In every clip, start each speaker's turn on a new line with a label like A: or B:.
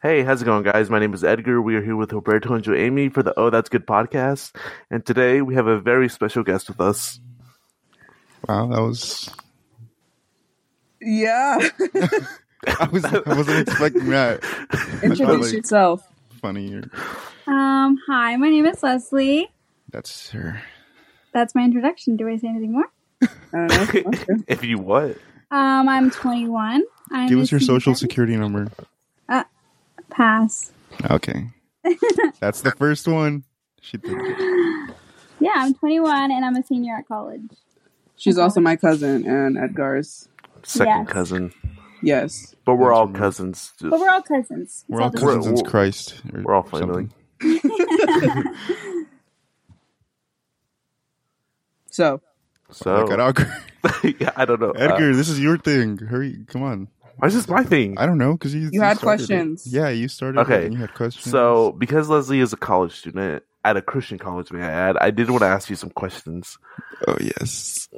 A: Hey, how's it going, guys? My name is Edgar. We are here with Roberto and Joami for the Oh That's Good podcast, and today we have a very special guest with us.
B: Wow, that was
C: Yeah.
B: I was I wasn't expecting that.
C: Introduce
B: like-
C: yourself.
B: Funny, or-
D: Um, hi, my name is Leslie.
B: that's her.
D: That's my introduction. Do I say anything more?
C: I don't know.
A: if you what?
D: Um, I'm 21. I'm
B: Give
D: a
B: us your social
D: senior.
B: security number.
D: Pass.
B: Okay, that's the first one. She did it.
D: Yeah, I'm 21 and I'm a senior at college.
C: She's also my cousin and Edgar's.
A: Second
D: Yes.
A: cousin,
C: Yes.
A: but we're all
B: That's right.
A: cousins.
D: But we're all cousins. It's
B: We're all
D: the
B: cousins
A: We're-
B: in Christ. or
A: we're all
B: something.
A: family.
C: So
B: Oh
A: So
B: my God, Edgar.
A: yeah, I don't know. Uh,
B: Edgar, this is your thing. Hurry, come on.
A: why is this my thing?
B: I don't know because you.
C: You had
B: started it.
C: questions.
B: Yeah, you started.
A: Okay,
B: it and you had questions.
A: So, because Leslie is a college student at a Christian college, may I add, I did want to ask you some questions.
B: oh yes.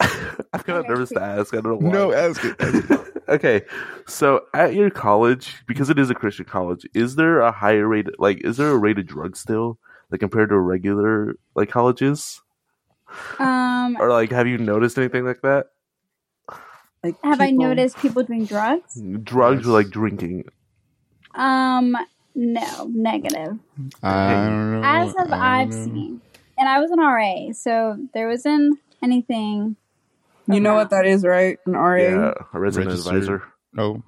A: I'm kind of nervous to ask. I don't know why.
B: No, ask it. ask it.
A: okay, so at your college, because it is a Christian college, is there a higher rate? Like, is there a rate of drugs still, like compared to regular like colleges,
D: same- Um,
A: or like have you noticed anything like that?
C: like
D: have I
C: people-
D: noticed people doing drugs?
B: Mm.
A: Drugs
B: Yes.
A: or like drinking?
D: Um, no, negative.
B: I don't know.
D: As have
B: Uh, I
D: I've
B: don't know.
D: seen. And I was an RA, so there wasn't anything
C: You know what that is, right? An RA.
A: Yeah, a resident
B: Registered.
A: advisor.
B: Oh,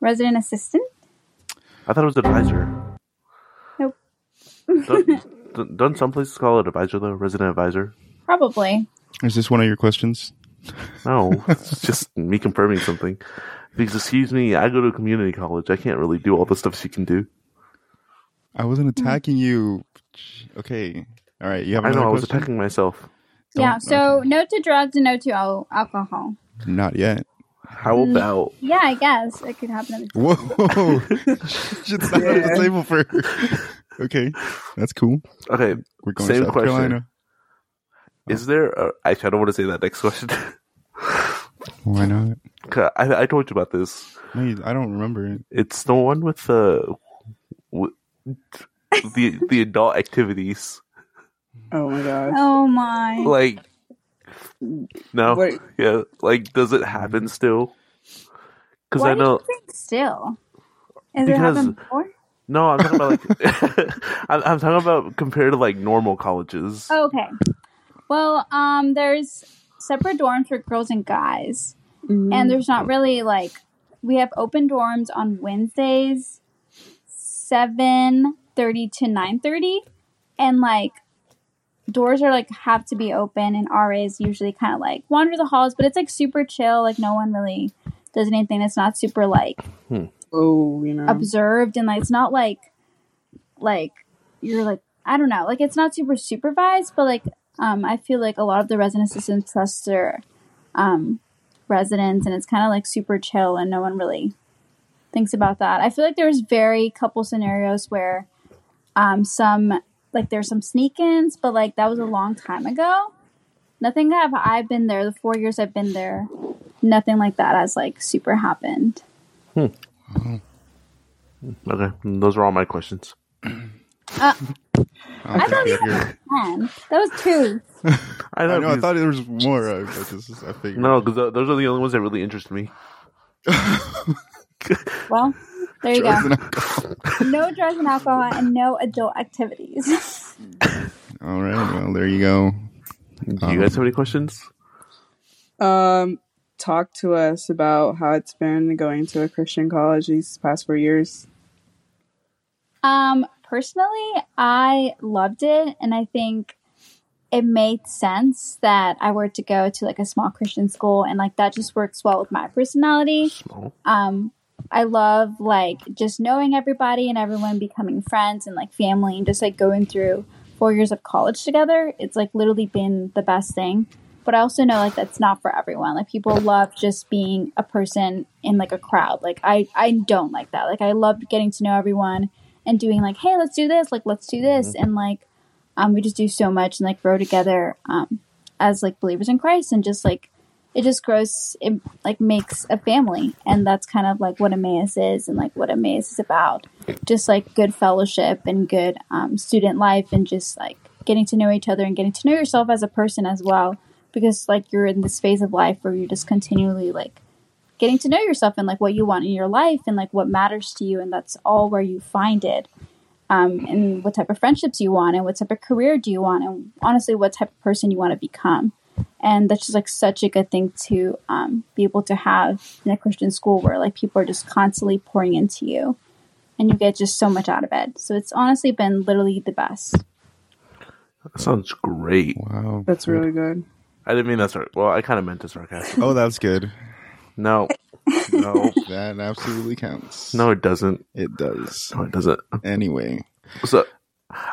D: resident assistant.
A: I thought it was advisor.
D: Nope.
A: don't, don't- don't some places call it advisor though? Resident advisor?
D: Probably.
B: is this one of your questions?
A: No, it's just me confirming something. Because excuse me, I go to a community college. I can't really do all the stuff she can do.
B: I wasn't attacking you. Okay. All right. You have.
A: I know I
B: another
A: was
B: question?
A: attacking myself.
B: Don't-
D: yeah, so no to drugs and no to al- alcohol.
B: Not yet.
A: How
D: Mm.
A: about
D: Yeah, I guess it could happen. At the
B: Whoa! Shit's not on the
C: Yeah.
B: table for. Okay, that's cool.
D: Uh.
A: okay?
B: We're going
A: Same
B: to South
A: question.
B: Carolina.
A: Is there? A, actually, I don't want to say that next question.
B: Why not?
A: 'Cause I, I told you about this.
B: No, you- I don't remember it.
A: It's the one with the w- the the adult activities.
C: Oh my god.
D: Oh my!
A: Like no,
C: Wait.
A: yeah, like does it happen still? Because
D: Why
A: I
D: do
A: know
D: you think still? Has it
A: Because-
D: happened before?
A: no. I'm talking about like I'm, I'm talking about compared to like normal colleges.
D: Oh, Okay. Well, um, there's separate dorms for girls and guys,
C: Mm-hmm.
D: and there's not
A: Mm.
D: really like we have open dorms on Wednesdays, seven thirty to nine thirty, and like doors are like have to be open, and RAs usually kind of like wander the halls, but it's like super chill. Like no one really does anything that's not super like
C: oh, you know.
D: observed and like it's not like like you're like I don't know like it's not super supervised but like um I feel like a lot of the resident assistants trust their um residents and it's kind of like super chill and no one really thinks about that. I feel like there's very couple scenarios where um some like there's some sneak-ins but like that was a long time ago. Nothing have I've been there the 4 years I've been there nothing like that has like super happened.
A: Okay, those are all my questions.
B: I, don't
D: I thought
B: think
D: you
B: I hear it.
D: Man, that was two.
A: I
B: I
A: know.
B: know. I
A: these-
B: thought there was more. I, but this is, I figured.
A: no, because those are the only ones that really interest me.
D: Well, there you
B: Drugs
D: go.
B: and alcohol.
D: No drugs and alcohol and no adult activities.
B: All right. Well, there you go.
A: Do
B: Uh-huh.
A: you guys have any questions?
C: um talk to us about how it's been going to a Christian college these past four years.
D: um, personally, I loved it and I think it made sense that I were to go to like a small Christian school and like that just works well with my personality.
A: Small.
D: Um I love like just knowing everybody and everyone becoming friends and like family and just like going through four years of college together. It's like literally been the best thing. but I also know like that's not for everyone. Like people love just being a person in like a crowd. Like I I don't like that. Like I loved getting to know everyone and doing like, hey, let's do this, like let's do this, and like um we just do so much and like grow together um as like believers in Christ and just like it just grows it like makes a family and that's kind of like what emmaus is and like what emmaus is about just like good fellowship and good um, student life and just like getting to know each other and getting to know yourself as a person as well because like you're in this phase of life where you're just continually like getting to know yourself and like what you want in your life and like what matters to you and that's all where you find it um, and what type of friendships you want and what type of career do you want and honestly what type of person you want to become and that's just like such a good thing to um, be able to have in a christian school where like people are just constantly pouring into you and you get just so much out of it so it's honestly been literally the best
A: That sounds great.
B: Wow.
C: That's really good.
A: I didn't mean that. Sar- well, I kind of meant it sarcastic.
B: Oh, that's good.
A: No, no,
B: That absolutely counts.
A: no, it doesn't.
B: it does.
A: No, it doesn't.
B: Anyway,
A: So,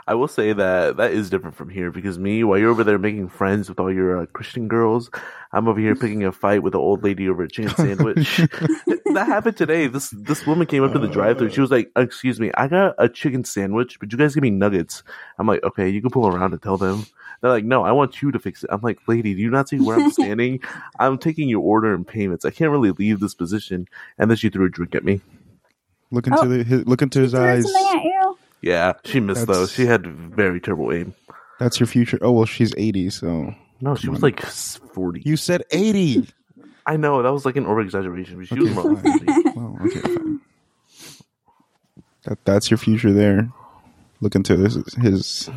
A: I will say that that is different from here because me, while you're over there making friends with all your uh, Christian girls, I'm over here picking a fight with an old lady over a chicken sandwich. that happened today. This this woman came up to the drive-through. She was like, "Excuse me, I got a chicken sandwich, but you guys give me nuggets." I'm like, "Okay, you can pull around and tell them." They're like, "No, I want you to fix it." I'm like, "Lady, do you not see where I'm standing? I'm taking your order and payments. I can't really leave this position." And then she threw a drink at me.
B: look into
D: Oh.
B: the, his, look into his
D: Throw
B: eyes.
D: something at you.
A: Yeah, she missed though.
B: That's-
A: She had very terrible aim.
B: That's your future. Oh well, she's eighty, so
A: No, she
B: Come
A: was
B: on.
A: like s- 40.
B: you said eighty.
A: I know, that was like an over exaggeration, but she was
B: Okay,
A: more like 40.
B: fine. Well, okay, fine. That that's your future there. Look into his, his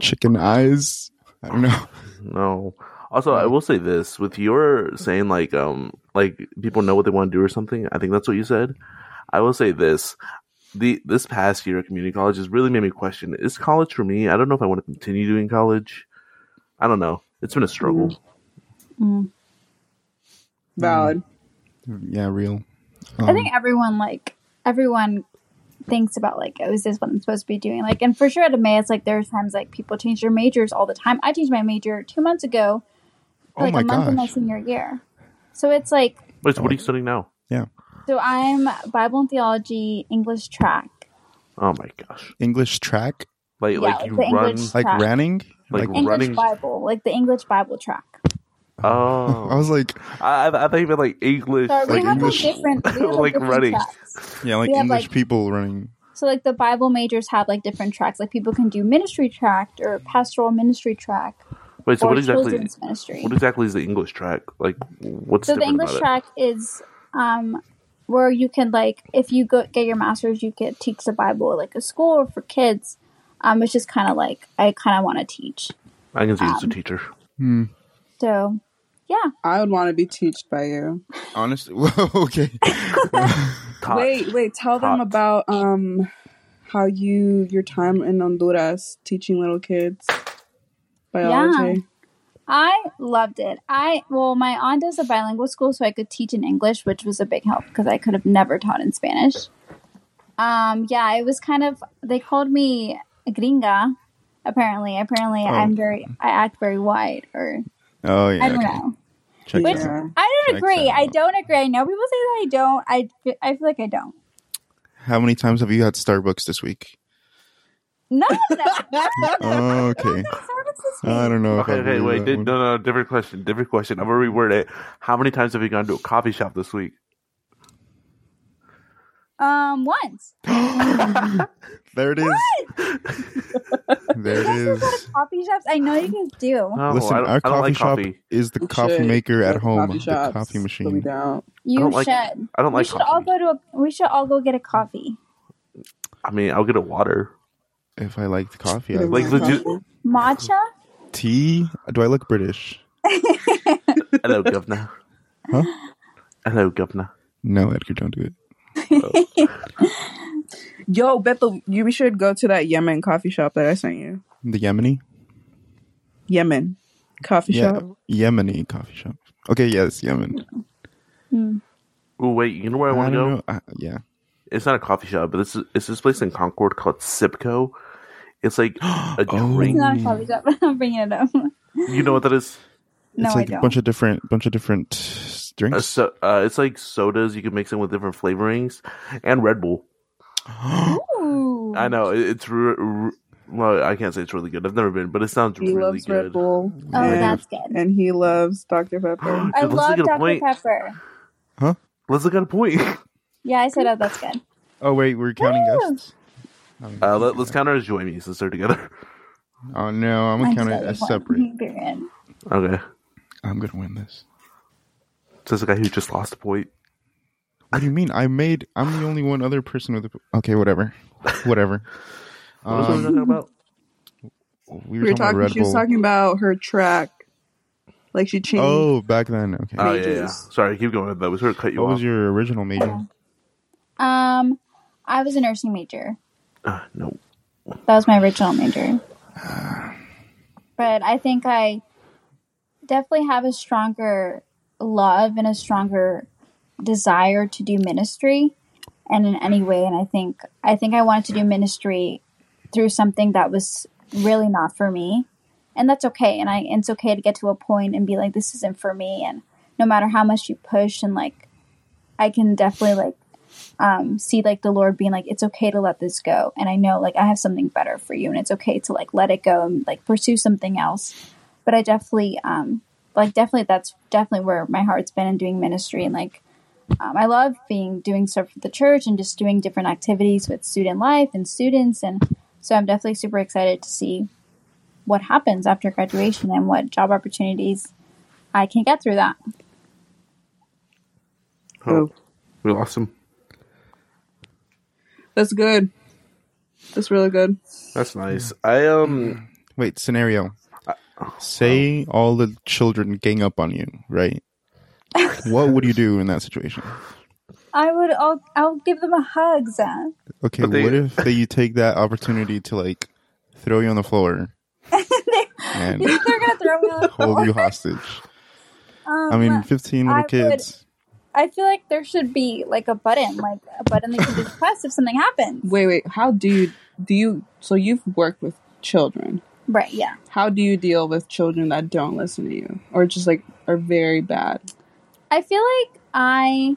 B: chicken eyes. I don't know.
A: No. Also, I will say this with your saying like um like people know what they want to do or something. I think that's what you said. I will say this. The this past year at community college has really made me question is college for me? I don't know if I want to continue doing college. I don't know. It's been a struggle.
D: Mm-hmm. Mm.
C: Valid.
B: Yeah, real. Um,
D: I think everyone like everyone thinks about like oh is this what I'm supposed to be doing like and for sure at Emmaus like there's times like people change their majors all the time. I changed my major two months ago,
B: Oh
D: like
B: my
D: a month in my
B: gosh.
D: senior year. So it's like
A: Wait, so what are you studying now?
D: so I'm Bible and theology English track.
A: Oh my gosh.
B: English track
A: Like
D: Yeah,
A: like
D: like
A: you
D: the
A: run
D: English-
B: like
D: Track.
B: ranning.
A: Like
D: English
A: Running-
D: Bible, like the English Bible track.
B: I
A: Oh.
B: was like,
A: I, I I thought you meant like English.
D: So we
B: Like
D: have
B: English-
D: like different, we have, like,
A: like
D: different
A: running.
D: tracks.
B: yeah, like
D: We have,
B: English
D: like-
B: people running.
D: So like the Bible majors have like different tracks. Like people can do ministry track or pastoral ministry track
A: Wait, so
D: or
A: what exactly
D: children's ministry.
A: what exactly is the English track? Like what's
D: so the
A: different
D: English
A: about
D: track is um, where you can like if you go get your master's, you could teach the Bible at, like a school or for kids. Um, it's just kind of like I kind of want to teach.
A: it? I can see it's a
D: um,
A: teacher.
B: Hmm.
D: So yeah,
C: I would want to be taught by you.
B: Honestly, well, okay.
A: Taught.
C: Wait, wait. Tell them
A: Taught.
C: about um how you your time in Honduras teaching little kids biology.
D: I loved it. I well, my aunt does a bilingual school, so I could teach in English, which was a big help because I could have never taught in Spanish. Um, yeah, it was kind of. They called me a gringa. Apparently, apparently,
B: Oh.
D: I'm very. I act very white, or
B: Oh yeah.
D: I don't
B: okay.
D: know.
B: Check
D: Which-
B: that out.
C: Yeah.
D: I don't
B: Check
D: agree.
B: that
D: I
B: out.
D: don't agree. I know people say that I don't. I, fe- I feel like I don't.
B: How many times have you had Starbucks this week?
D: No, no.
B: Oh, okay. I don't know. if
A: Okay,
B: I
A: okay,
B: believe
A: wait,
B: that
A: di-
B: one.
A: no, no, no, different question, different question. I'm gonna reword it. How many times have you gone to a coffee shop this week?
D: Um, once
B: There it is. there it is.
D: coffee shops. I know you guys do.
A: No, Oh, I
B: Listen,
A: don't,
B: our
A: I don't
B: coffee
A: like
B: shop
A: coffee.
B: is the
C: We
B: coffee
C: should
B: maker
C: go
B: at
C: to
B: home,
C: coffee
B: the
C: shops,
B: coffee
C: but
B: machine.
C: we don't.
A: I
D: You
A: don't like.
D: should.
A: I don't
D: we
A: like
D: should
A: coffee.
D: all go to a. We should all go get a coffee.
A: I mean, I'll get a water.
B: If I liked coffee, I
C: They
B: would.
A: Like
C: want
A: legit-
C: coffee.
D: Matcha.
B: tea. Do I look British?
A: Hello, governor.
B: Huh?
A: Hello, governor.
B: No, Edgar, don't do it.
C: Yo, Bethel, you we should go to that Yemen coffee shop that I sent you.
B: The Yemeni.
C: Yemen coffee
B: Yeah,
C: shop.
B: Yemeni coffee shop. Okay, yes, Yemen.
D: Hmm.
A: Oh wait, you know where I want to go?
B: don't know. Uh, yeah.
A: It's not a coffee shop, but this is it's this place in Concord called Sipco. It's like a
B: Oh.
D: It's
A: drink.
D: not a coffee shop. I'm bringing it up.
A: You know what that is?
D: No,
B: it's like
D: I
B: a
D: don't.
B: bunch of different, bunch of different
A: Uh,
B: drinks.
A: so uh, it's like sodas. You can mix in with different flavorings, and Red Bull.
D: Ooh.
A: I know it- it's r- r- well, I can't say it's really good. I've never been, but it sounds
C: He
A: really
C: loves Red
A: good.
C: Bull.
D: Oh,
C: and,
D: that's good.
C: and he loves Dr. Pepper.
D: I
A: Dude, let's look
D: love
A: at a
D: Dr.
A: point.
D: Pepper.
A: Let's look at a point.
D: Yeah, I said, oh, that's good.
B: Oh wait, we're counting
D: Woo!
B: guests. Oh,
A: Uh, let, let's count our joy me since they're together.
B: Oh no, I'm gonna
D: I'm
B: count it
D: sorry,
B: as
D: one
B: separate.
D: period.
A: Okay,
B: I'm gonna win this.
A: so it's a guy who just lost a point.
B: What do you mean? I made. I'm the only one other person with. A, okay, whatever, whatever.
A: What was I
B: Um,
A: talking about?
B: we
C: We
B: were
C: were
B: talking about
C: talking,
B: Red
C: she was
B: Bull.
C: talking about her track. Like she changed.
B: Oh, back then. Okay.
A: Oh yeah, yeah.
C: pages.
A: Sorry, keep going. That was her cut you
B: what
A: off.
B: was your original major?
D: Um, I was a nursing major.
A: Uh, no.
D: That was my original major. But I think I definitely have a stronger love and a stronger desire to do ministry and in any way and I think I think I wanted to do ministry through something that was really not for me. And that's okay. And I and it's okay to get to a point and be like this isn't for me and no matter how much you push and like I can definitely like um, see like the Lord being like, it's okay to let this go. And I know like I have something better for you and it's okay to like let it go and like pursue something else. But I definitely, um, like definitely that's definitely where my heart's been in doing ministry and like, um, I love being doing stuff for the church and just doing different activities with student life and students. And so I'm definitely super excited to see what happens after graduation and what job opportunities I can get through that.
A: Oh, we lost him.
C: That's good. That's really good.
A: That's nice. I um.
B: Wait, scenario. Say all the children gang up on you, right? what would you do in that situation?
D: I would, I'll, I'll give them a hug, Zach.
B: Okay,
A: But they-
B: what if they, you take that opportunity to like throw you on the floor and
D: You think they're gonna throw me on the
B: hold
D: floor?
B: you hostage?
D: Um,
B: I mean, 15 little
D: I would-
B: kids.
D: I feel like there should be like a button, like a button they can just press if something happens.
C: Wait, wait. How do you do you? So you've worked with children.
D: Right? Yeah.
C: How do you deal with children that don't listen to you, or just like are very bad?
D: I feel like I.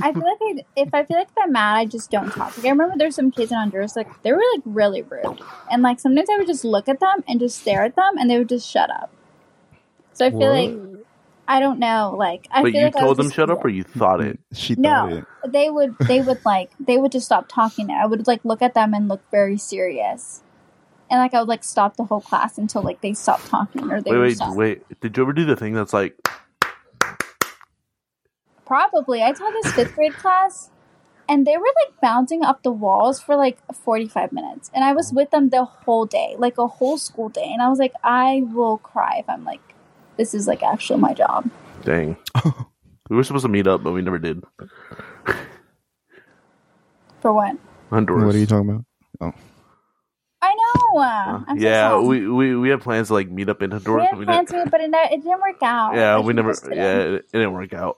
D: I feel like I, if I feel like if I'm mad, I just don't talk. Like I remember there's some kids in Honduras, like they were like really rude, and like sometimes I would just look at them and just stare at them, and they would just shut up. So I feel like I don't know, like I
A: But
D: feel
A: you
D: like I
A: told
D: was
A: them
D: just-
A: shut up, or you thought it?
B: She thought
D: No,
B: it.
D: they would. They would like. They would just stop talking. I would like look at them and look very serious, and like I would like stop the whole class until like they stopped talking or they
A: Wait,
D: were
A: wait,
D: stopped.
A: wait. Did you ever do the thing that's like?
D: Probably. I taught this fifth grade class, and they were like bouncing up the walls for like forty five minutes, and I was with them the whole day, like a whole school day, and I was like, I will cry if I'm like, this is like actually my job.
A: Dang. we were supposed to meet up, but we never did.
D: For what?
A: Honduras.
B: What are you talking about?
D: I know.
A: Uh,
D: Uh, I'm so
A: yeah,
D: sad.
A: we, we we had plans to like meet up in
D: We
A: Honduras.
D: had
A: but we
D: plans
A: didn't,
D: to, but it, ne- it didn't work out.
A: yeah,
D: like
A: we
D: we
A: never.
D: just didn't.
A: Yeah, it, it didn't work out.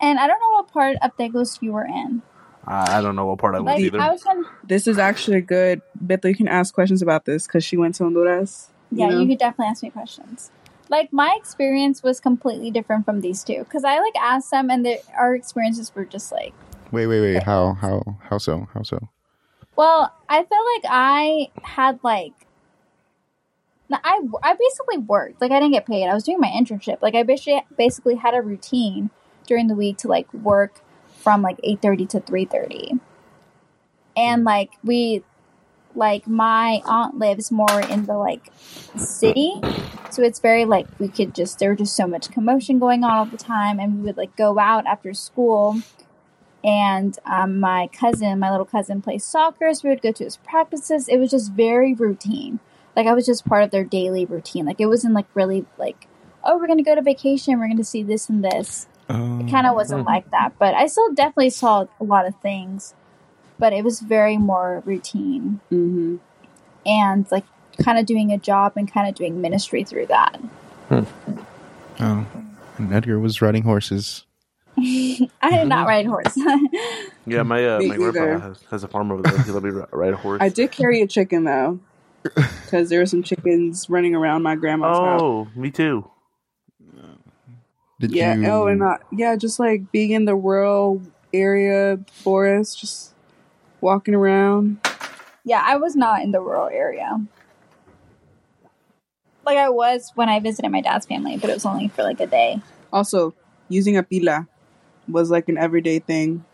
D: And I don't know what part of Tegos you were in.
A: I, I don't know what part I was
D: Like
A: either.
D: I was trying.
C: This is actually a good. Bethel, you can ask questions about this because she went to Honduras.
D: Yeah,
C: know?
D: you could definitely ask me questions. Like my experience was completely different from these two because I like asked them, and their our experiences were just like.
B: Wait, wait, wait. How, how, how so? How so?
D: Well, I felt like I had like. no, I, I basically worked like I didn't get paid. I was doing my internship. Like I basically basically had a routine during the week to like work from like eight thirty to three thirty, and like we, like my aunt lives more in the like city, so it's very like we could just there was just so much commotion going on all the time, and we would like go out after school and um, my cousin, my little cousin, plays soccer. So we would go to his practices. It was just very routine. Like I was just part of their daily routine. Like it wasn't like really like, oh, we're gonna go to vacation. We're gonna see this and this.
B: Um,
D: It kind of wasn't like that. But I still definitely saw a lot of things. But it was very more routine
C: Mm-hmm.
D: and like kind of doing a job and kind of doing ministry through that.
B: Oh, and Edgar was riding horses.
D: I did not ride horse.
A: yeah, my uh,
C: Me
A: my grandpa
C: either.
A: has, has a farm over there. He let me ri- ride a horse.
C: I did carry a chicken though, because there were some chickens running around my grandma's house.
A: Oh, me too.
B: Did
C: yeah.
B: you?
C: Oh, and uh, yeah, just like being in the rural area forest, just walking around.
D: Yeah, I was not in the rural area. Like I was when I visited my dad's family, but it was only for like a day.
C: Also, using a pila was like an everyday thing.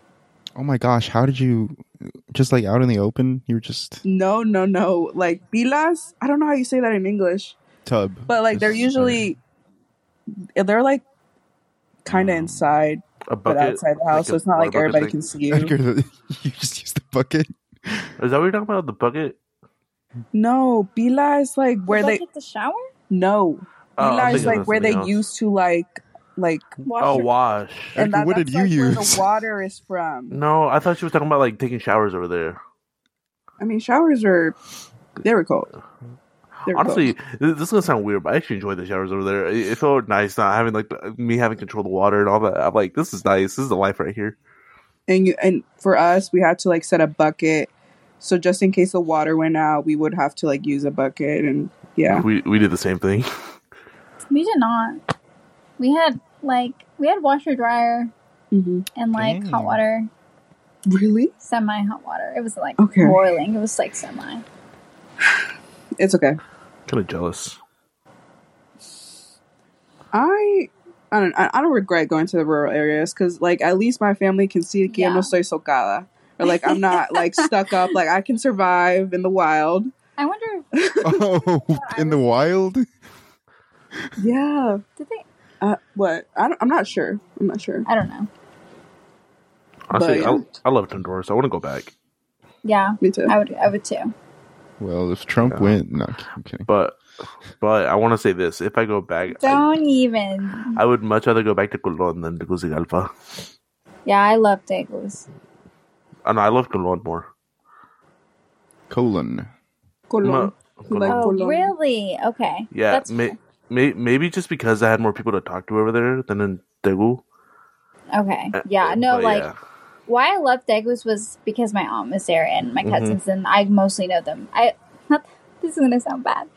B: Oh my gosh, how did you just like out in the open? You were just
C: No, no, no. Like pilas, I don't know how you say that in English,
B: tub.
C: but like they're
B: Just-
C: usually they're like kind of
B: Um,
C: inside,
A: A
C: but
A: Mm. bucket
C: outside the house,
A: a-
C: so it's not
A: or a
C: like
A: bucket
C: everybody
A: thing.
C: can see
B: Edgar,
C: you.
B: the, you just used the bucket.
A: Is that what you're talking about? The bucket?
C: No, pila is like where
D: Did I
C: they
D: take the shower?
C: no
A: Oh, I'm
C: pila is
A: thinking
C: like
A: of
C: where they
A: something else.
C: used to like like
D: Wash
A: Oh,
D: your-
A: wash.
B: Erica, what
C: that's,
B: did you
C: like, where
B: use?
C: the water is from.
A: No, I thought she was talking about like taking showers over there.
C: I mean, showers are they were cold. They were cold.
A: Honestly, th- this is gonna sound weird, but I actually enjoyed the showers over there. It, it felt nice not having like the- me having control of the water and all that. I'm like, this is nice. This is the life right here.
C: and you and for us we had to like set a bucket so just in case the water went out we would have to like use a bucket and yeah
A: We we did the same thing.
D: We did not. We had like we had washer dryer
C: hmm
D: and like hot
B: Dang.
D: water,
C: really
D: semi hot water. It was like
C: Okay.
D: boiling. It was like semi.
C: it's okay
A: kind of jealous.
C: i I don't, I I don't regret going to the rural areas because, like, at least my family can see que
D: Yeah.
C: no soy socada. Or, like, I'm not, like, stuck up. Like, I can survive in the wild.
D: I wonder if
B: Oh, in the wild.
C: Yeah.
D: did they?
C: Uh, what? I don't, I'm not sure. I'm not sure.
D: I don't know.
A: Honestly,
C: But-
A: I, I loved Honduras. I want to go back.
D: Yeah,
C: Me too.
D: I would. I would too.
B: Well, if Trump
A: Yeah.
B: went, no, I'm kidding.
A: But but I want to say this: if I go back, I,
D: Don't even.
A: I would much rather go back to Colon than to Tegucigalpa.
D: Yeah, I love Daegus.
A: And I love Colon more.
B: Colon.
C: Colon.
A: No,
C: Like
D: Oh,
C: Cologne.
D: really? Okay.
A: Yeah,
D: That's
A: may, may, maybe just because I had more people to talk to over there than in Tegu.
D: okay. Yeah.
A: Uh,
D: No,
A: But
D: like
A: yeah.
D: why I loved Daegus was because my aunt was there and my
C: Mm-hmm.
A: Mhm.
D: cousins, and I mostly know them. I not this is gonna sound bad,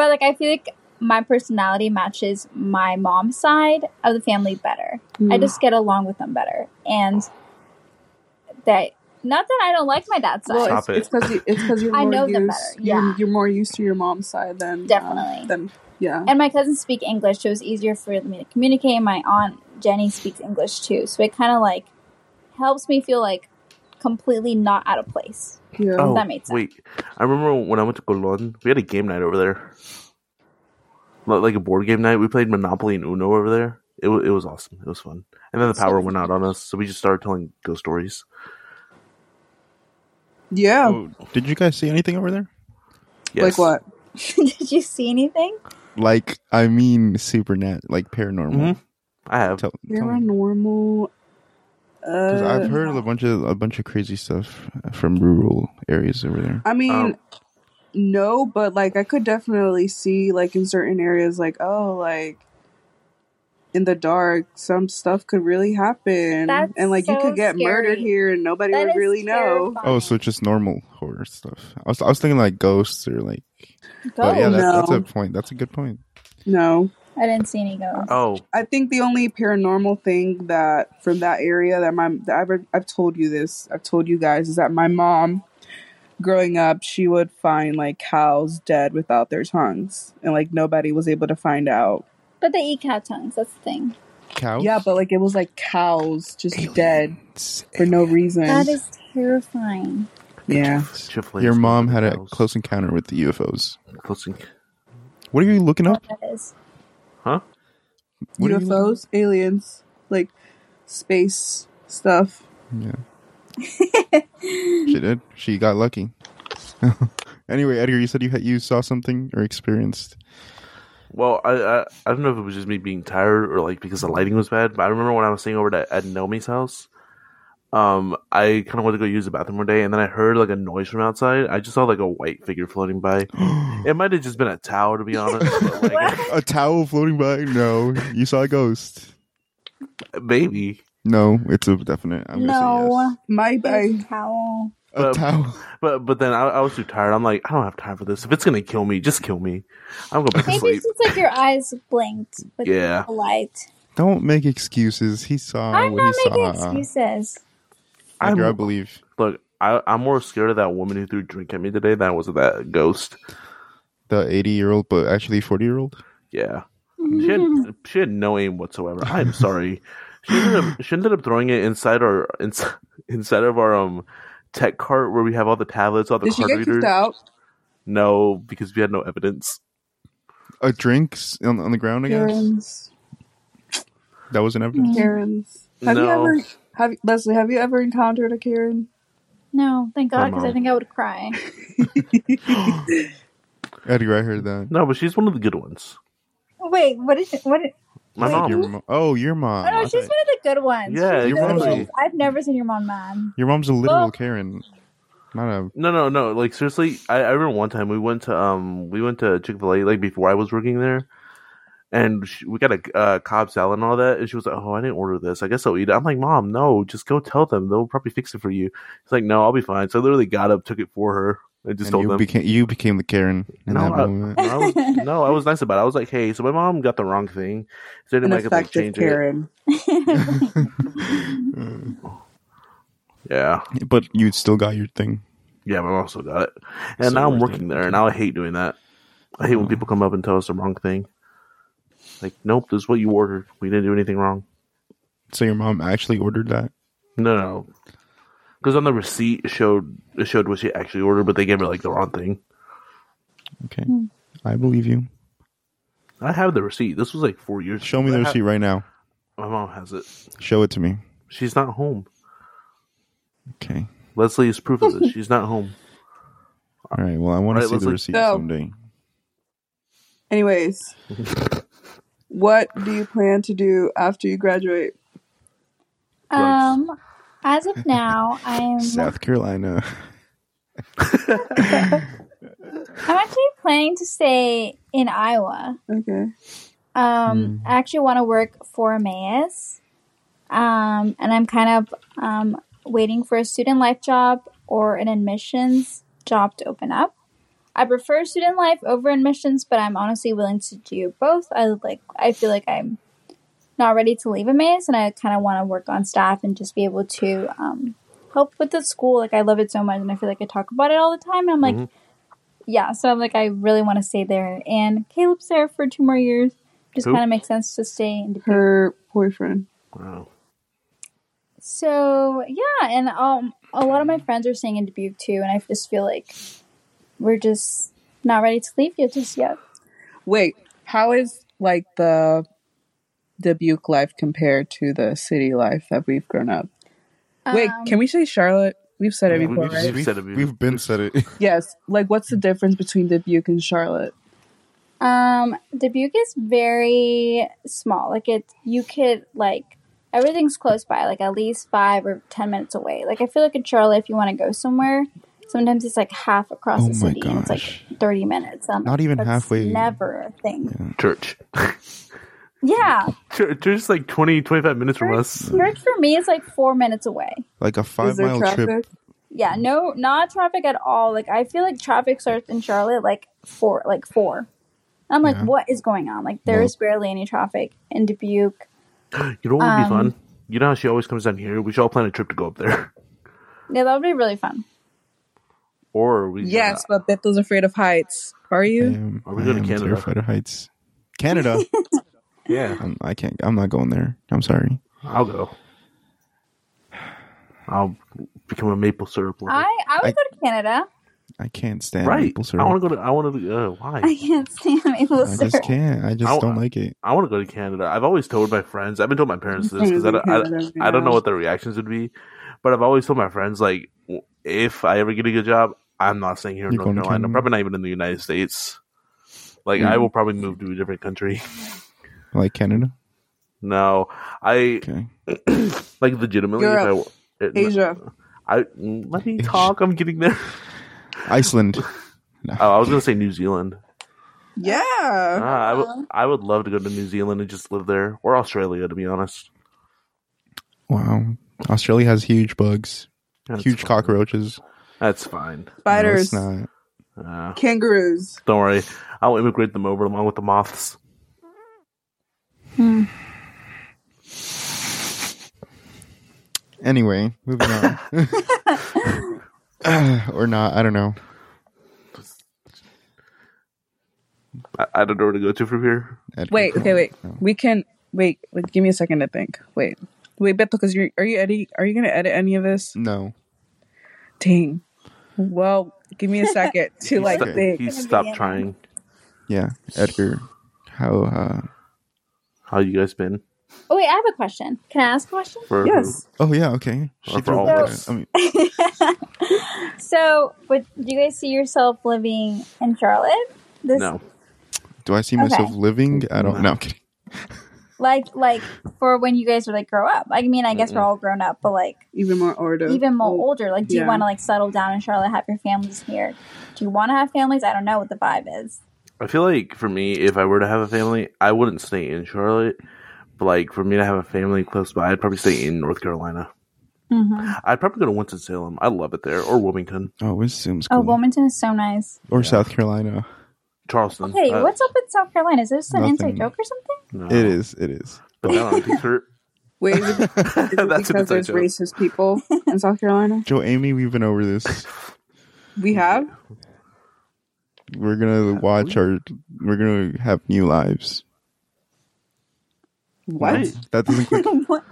D: but like I feel like my personality matches my mom's side of the family better. I
C: Mm.
D: just get along with them better, and that not that I don't like my dad's side.
C: Well,
A: Stop
C: it's
A: it.
C: it's because you, it's 'cause you're
D: I
C: more
D: know
C: used.
D: them better, yeah.
C: you're, you're more used to your mom's side than uh,
D: Definitely.
C: than yeah.
D: and my cousins speak English, so it was easier for me to communicate. My aunt Jenny speaks English too, so it kind of like helps me feel like completely not out of place.
C: yeah.
A: Oh,
D: that made sense.
A: wait. I remember when I went to Colon, we had a game night over there. Li- Like a board game night. We played Monopoly and Uno over there. It, wa- it was awesome. It was fun. And then the power went out on us, so we just started telling ghost stories.
C: yeah.
B: Oh, did you guys see anything over there?
A: Yes.
C: Like what?
D: Did you see anything?
B: Like, I mean, supernat, like paranormal.
A: Mhm. I have.
B: Tell, tell me.
C: Mm-hmm. Paranormal.
B: Because
C: Uh,
B: I've heard a bunch of a bunch of crazy stuff from rural areas over there.
C: I mean,
A: Um,
C: no, but like I could definitely see like in certain areas, like oh, like in the dark, some stuff could really happen,
D: That's
C: and like you
D: so
C: could get
D: scary.
C: murdered here, and nobody
D: That
C: would
D: is
C: really know.
B: Oh, so just normal horror stuff. I was I was thinking like ghosts or like. But yeah,
D: Ghosts.
B: that,
C: No.
B: that's a point. That's a good point.
C: No,
D: I didn't see any ghosts.
A: oh,
C: I think the only paranormal thing that from that area that my that I've I've told you this I've told you guys is that my mom, growing up, she would find like cows dead without their tongues, and like nobody was able to find out.
D: But they eat cow tongues. That's the thing.
B: Cows.
C: Yeah, but like it was like cows just dead for no reason.
D: That is terrifying.
C: yeah,
A: Chick-fil-A
B: Your
A: is
B: mom had
A: closing
B: a
A: cows.
B: close encounter with the UFOs.
A: Closing-
B: What are you looking up?
D: That is.
B: What are you looking-
C: UFOs, aliens, like space stuff.
B: She did. She got lucky. anyway, Edgar, you said you had, you saw something or experienced.
A: Well, I, I I don't know if it was just me being tired or like because the lighting was bad, but I remember when I was staying over at, at Nomi's house, um, I kind of went to go use the bathroom one day, and then I heard like a noise from outside. I just saw like a white figure floating by.
B: a
A: It might have just been a towel, to be honest. But, like,
B: towel floating by? No, you saw a ghost.
A: maybe.
B: No, it's a definite. I'm gonna say
D: No.
B: yes.
C: My
D: There's
C: I,
D: a towel.
B: A
A: But-
B: towel.
A: But but then I, I was too tired. I'm like, I don't have time for this. If it's gonna kill me, just kill me. I'm going back to
D: Maybe
A: sleep.
D: it's just like your eyes blinked with
A: Yeah.
D: the light.
B: Don't make excuses. He saw
D: I'm
B: Uh, what
D: not
B: he
D: making
B: saw.
D: excuses.
B: Edgar, I
A: I'm-
B: believe.
A: Look, I, I'm more scared of that woman who threw drink at me today than I was of that ghost.
B: The 80 year old, but actually 40 year old.
A: Yeah. She had,
C: Mm.
A: she had no aim whatsoever. I'm sorry. She ended, up, she ended up throwing it inside our inside, inside of our um tech cart where we have all the tablets, all the
C: Did she
A: card
C: get
A: readers.
C: kicked out?
A: No, because we had no evidence.
B: Uh, drinks on, on the ground again.
C: Karen's.
B: That was an evidence.
C: Karen's. Have you
A: No.
C: ever, have Leslie? Have you ever encountered a Karen?
D: No, thank God,
A: Oh,
D: because
A: no.
D: I think I would cry.
B: Edgar, I heard that.
A: No, but she's one of the good ones.
D: Wait, what is it? What? Is,
A: My
D: Wait,
A: mom.
B: Your mo- oh, your mom.
D: oh, no,
B: I
D: she's
B: thought-
D: one of the good ones.
A: Yeah,
D: She's
B: your
D: one of the
B: mom's
D: ones. I've never seen your mom mad.
B: your mom's a literal
D: Well-
B: Karen. Not a.
A: No, no, no. Like seriously, I, I remember one time we went to um we went to Chick Fil A like before I was working there, and she, we got a uh, Cobb salad and all that, and she was like, "Oh, I didn't order this. I guess I'll eat it." I'm like, "Mom, no, just go tell them. They'll probably fix it for you." She's like, "No, I'll be fine." So I literally got up, took it for her, and just
B: And
A: told
B: you
A: them.
B: became you became the Karen in
A: No, uh,
B: that
A: I-
B: moment.
A: no, I was, no, I was nice about it. I was like, "Hey, so my mom got the wrong thing. Is there any
C: An
A: way I could like
C: effective
A: change
C: Karen.
A: it?" Yeah,
B: Uh, but you still got your thing.
A: yeah, my mom also got it, and
B: So
A: now I'm
B: worth it.
A: working there, and I hate doing that. I
B: Uh-huh.
A: hate when people come up and tell us the wrong thing. Like, nope, this is what you ordered. We didn't do anything wrong.
B: So your mom actually ordered that.
A: No, no. Because on the receipt it showed it showed what she actually ordered, but they gave her like the wrong thing.
B: Okay, I believe you.
A: I have the receipt. This was like four years.
B: Show me the
A: ago. I ha-
B: receipt right now.
A: My mom has it.
B: Show it to me.
A: She's not home.
B: Okay.
A: Leslie is proof of this. She's not home.
B: All right. Well, I want
A: All right,
B: to see
A: let's
B: the
A: look-
B: receipt
C: No.
B: someday.
C: Anyways, what do you plan to do after you graduate?
D: Um, as of now, I'm
B: South Carolina.
D: I'm actually planning to stay in Iowa.
C: Okay.
D: Um, I actually want to work for Emmaus. Um, and I'm kind of um, waiting for a student life job or an admissions job to open up. I prefer student life over admissions, but I'm honestly willing to do both. I like I feel like I'm not ready to leave Emmaus, and I kind of want to work on staff and just be able to um, help with the school. Like I love it so much, and I feel like I talk about it all the time. And I'm like,
A: Mhm.
D: yeah. So I'm like, I really want to stay there, and Caleb's there for two more years. Just
A: Who?
D: kind of makes sense to stay in. Dubuque.
C: Her boyfriend.
A: Wow.
D: So yeah, and um, a lot of my friends are staying in Dubuque too, and I just feel like we're just not ready to leave yet, just yet.
C: Wait, how is like the Dubuque life compared to the city life that we've grown up? Wait,
D: Um,
C: can we say Charlotte? We've said it
A: Yeah,
C: before,
A: we've-
C: right?
A: said it before.
B: we've been said it.
C: Yes. Like, what's the difference between Dubuque and Charlotte?
D: Um, Dubuque is very small. Like it, you could like everything's close by, like at least five or ten minutes away. Like I feel like in Charlotte, if you want to go somewhere, sometimes it's like half across
B: Oh
D: the
B: my
D: city. And it's
B: gosh.
D: like thirty minutes. Um,
B: Not even
D: that's
B: halfway.
D: Never a thing.
A: Church.
D: Yeah,
A: Church. Church like 20, 25 minutes from us.
D: church for me is like four minutes away.
B: Like a
C: Is
B: five
C: there
B: mile
C: traffic?
B: trip.
D: Yeah, no, not traffic at all. Like I feel like traffic starts in Charlotte like four, like four. I'm like,
B: Yeah.
D: what is going on? Like there
B: Well-
D: is barely any traffic in Dubuque.
A: You know what would be
D: Um,
A: fun? You know how she always comes down here? We should all plan a trip to go up there.
D: Yeah, that would be really fun.
A: Or we
C: Yes, but Bethel's afraid of heights. Are
B: I
C: you?
B: am,
A: Are we
B: I
A: going to
B: am
A: Canada?
B: terrified of heights. Canada.
A: Yeah.
B: I'm, I can't. I'm not going there. I'm sorry.
A: I'll go. I'll become a maple syrup. lover.
D: I I would
B: I-
D: go to Canada.
B: I can't stand
A: right.
B: maple syrup.
A: I want to go to. I want to. Uh, why?
D: I can't stand maple
B: I just
D: syrup.
B: can't. I just
A: I-
B: don't like it.
A: I want to go to Canada. I've always told my friends. I've been told my parents this because I, don't- I, don't- I don't know what their reactions would be, but I've always told my friends like, w- if I ever get a good job, I'm not staying here in
B: You're
A: North
B: going to
A: Carolina.
B: Canada? Mm.
A: Probably not even in the United States. Like I will probably move to a different country.
B: I like Canada.
A: No, I
B: Okay.
A: like legitimately. If I,
C: Europe.
A: it-
C: Asia.
A: I mm, let me talk. I'm getting there.
B: Iceland. No.
A: Oh, I was gonna say New Zealand.
C: Yeah.
A: Ah, I would-
D: Uh-huh.
A: I would love to go to New Zealand and just live there, or Australia, to be honest.
B: Wow. Australia has huge bugs,
A: That's
B: huge
A: fine.
B: cockroaches.
A: That's fine.
C: Spiders.
B: No, it's not.
A: Uh,
C: Kangaroos.
A: don't worry. I'll immigrate them over along with the moths.
B: Anyway, moving on. or not. I don't know.
A: I, I don't know where to go to from here.
B: Edgar
C: Wait, okay,
B: Poe.
C: wait.
B: No.
C: We can wait, wait. Give me a second to think. Wait, wait, Beth, because you are you edit? Are you gonna edit any of this?
B: No.
C: Dang. Well, give me a second to like
B: Okay.
C: think.
A: He
D: Gonna be
A: stopped
D: in.
A: trying.
B: Yeah, Edgar. How? uh
A: How you guys been?
D: Oh wait, I have a question. Can I ask a question?
A: For
C: Yes.
B: Oh yeah.
A: Or
B: Okay. She
A: for
B: threw
A: all
B: all
D: of
B: that.
A: us.
B: I mean,
D: so, would do you guys see yourself living in Charlotte? This
A: No.
B: do I see
D: Okay.
B: myself living? I don't.
A: No.
B: No. I'm kidding.
D: like like for when you guys would like grow up. I mean, I guess we're
A: Mm-mm.
D: all grown up, but like
C: Even more order.
D: even more older. Like, do you
C: yeah.
D: want to like settle down in Charlotte, have your families here? Do you want to have families? I don't know what the vibe is.
A: I feel like for me, if I were to have a family, I wouldn't stay in Charlotte. But like for me to have a family close by, I'd probably stay in North Carolina.
D: Mm-hmm.
A: I'd probably go to Winston Salem. I love it there, or Wilmington,
B: Oh, it seems cool.
D: Oh, Wilmington is so nice.
B: or
A: Yeah.
B: South Carolina.
A: Charleston.
D: Okay,
A: Uh,
D: what's up with South Carolina? Is this an inside
B: Mm, nothing.
D: joke or something?
A: no.
B: It is. It is.
A: But that on a t-shirt.
C: Wait, is it, is it
A: That's an
C: because
A: inside
C: there's
A: joke.
C: racist people in South Carolina?
B: Joe, Amy, we've been over this.
C: We have.
B: We're gonna
A: Have
B: watch
A: we?
B: our. We're gonna have new lives.
C: What?
A: Wait,
B: That doesn't. Click.
D: What?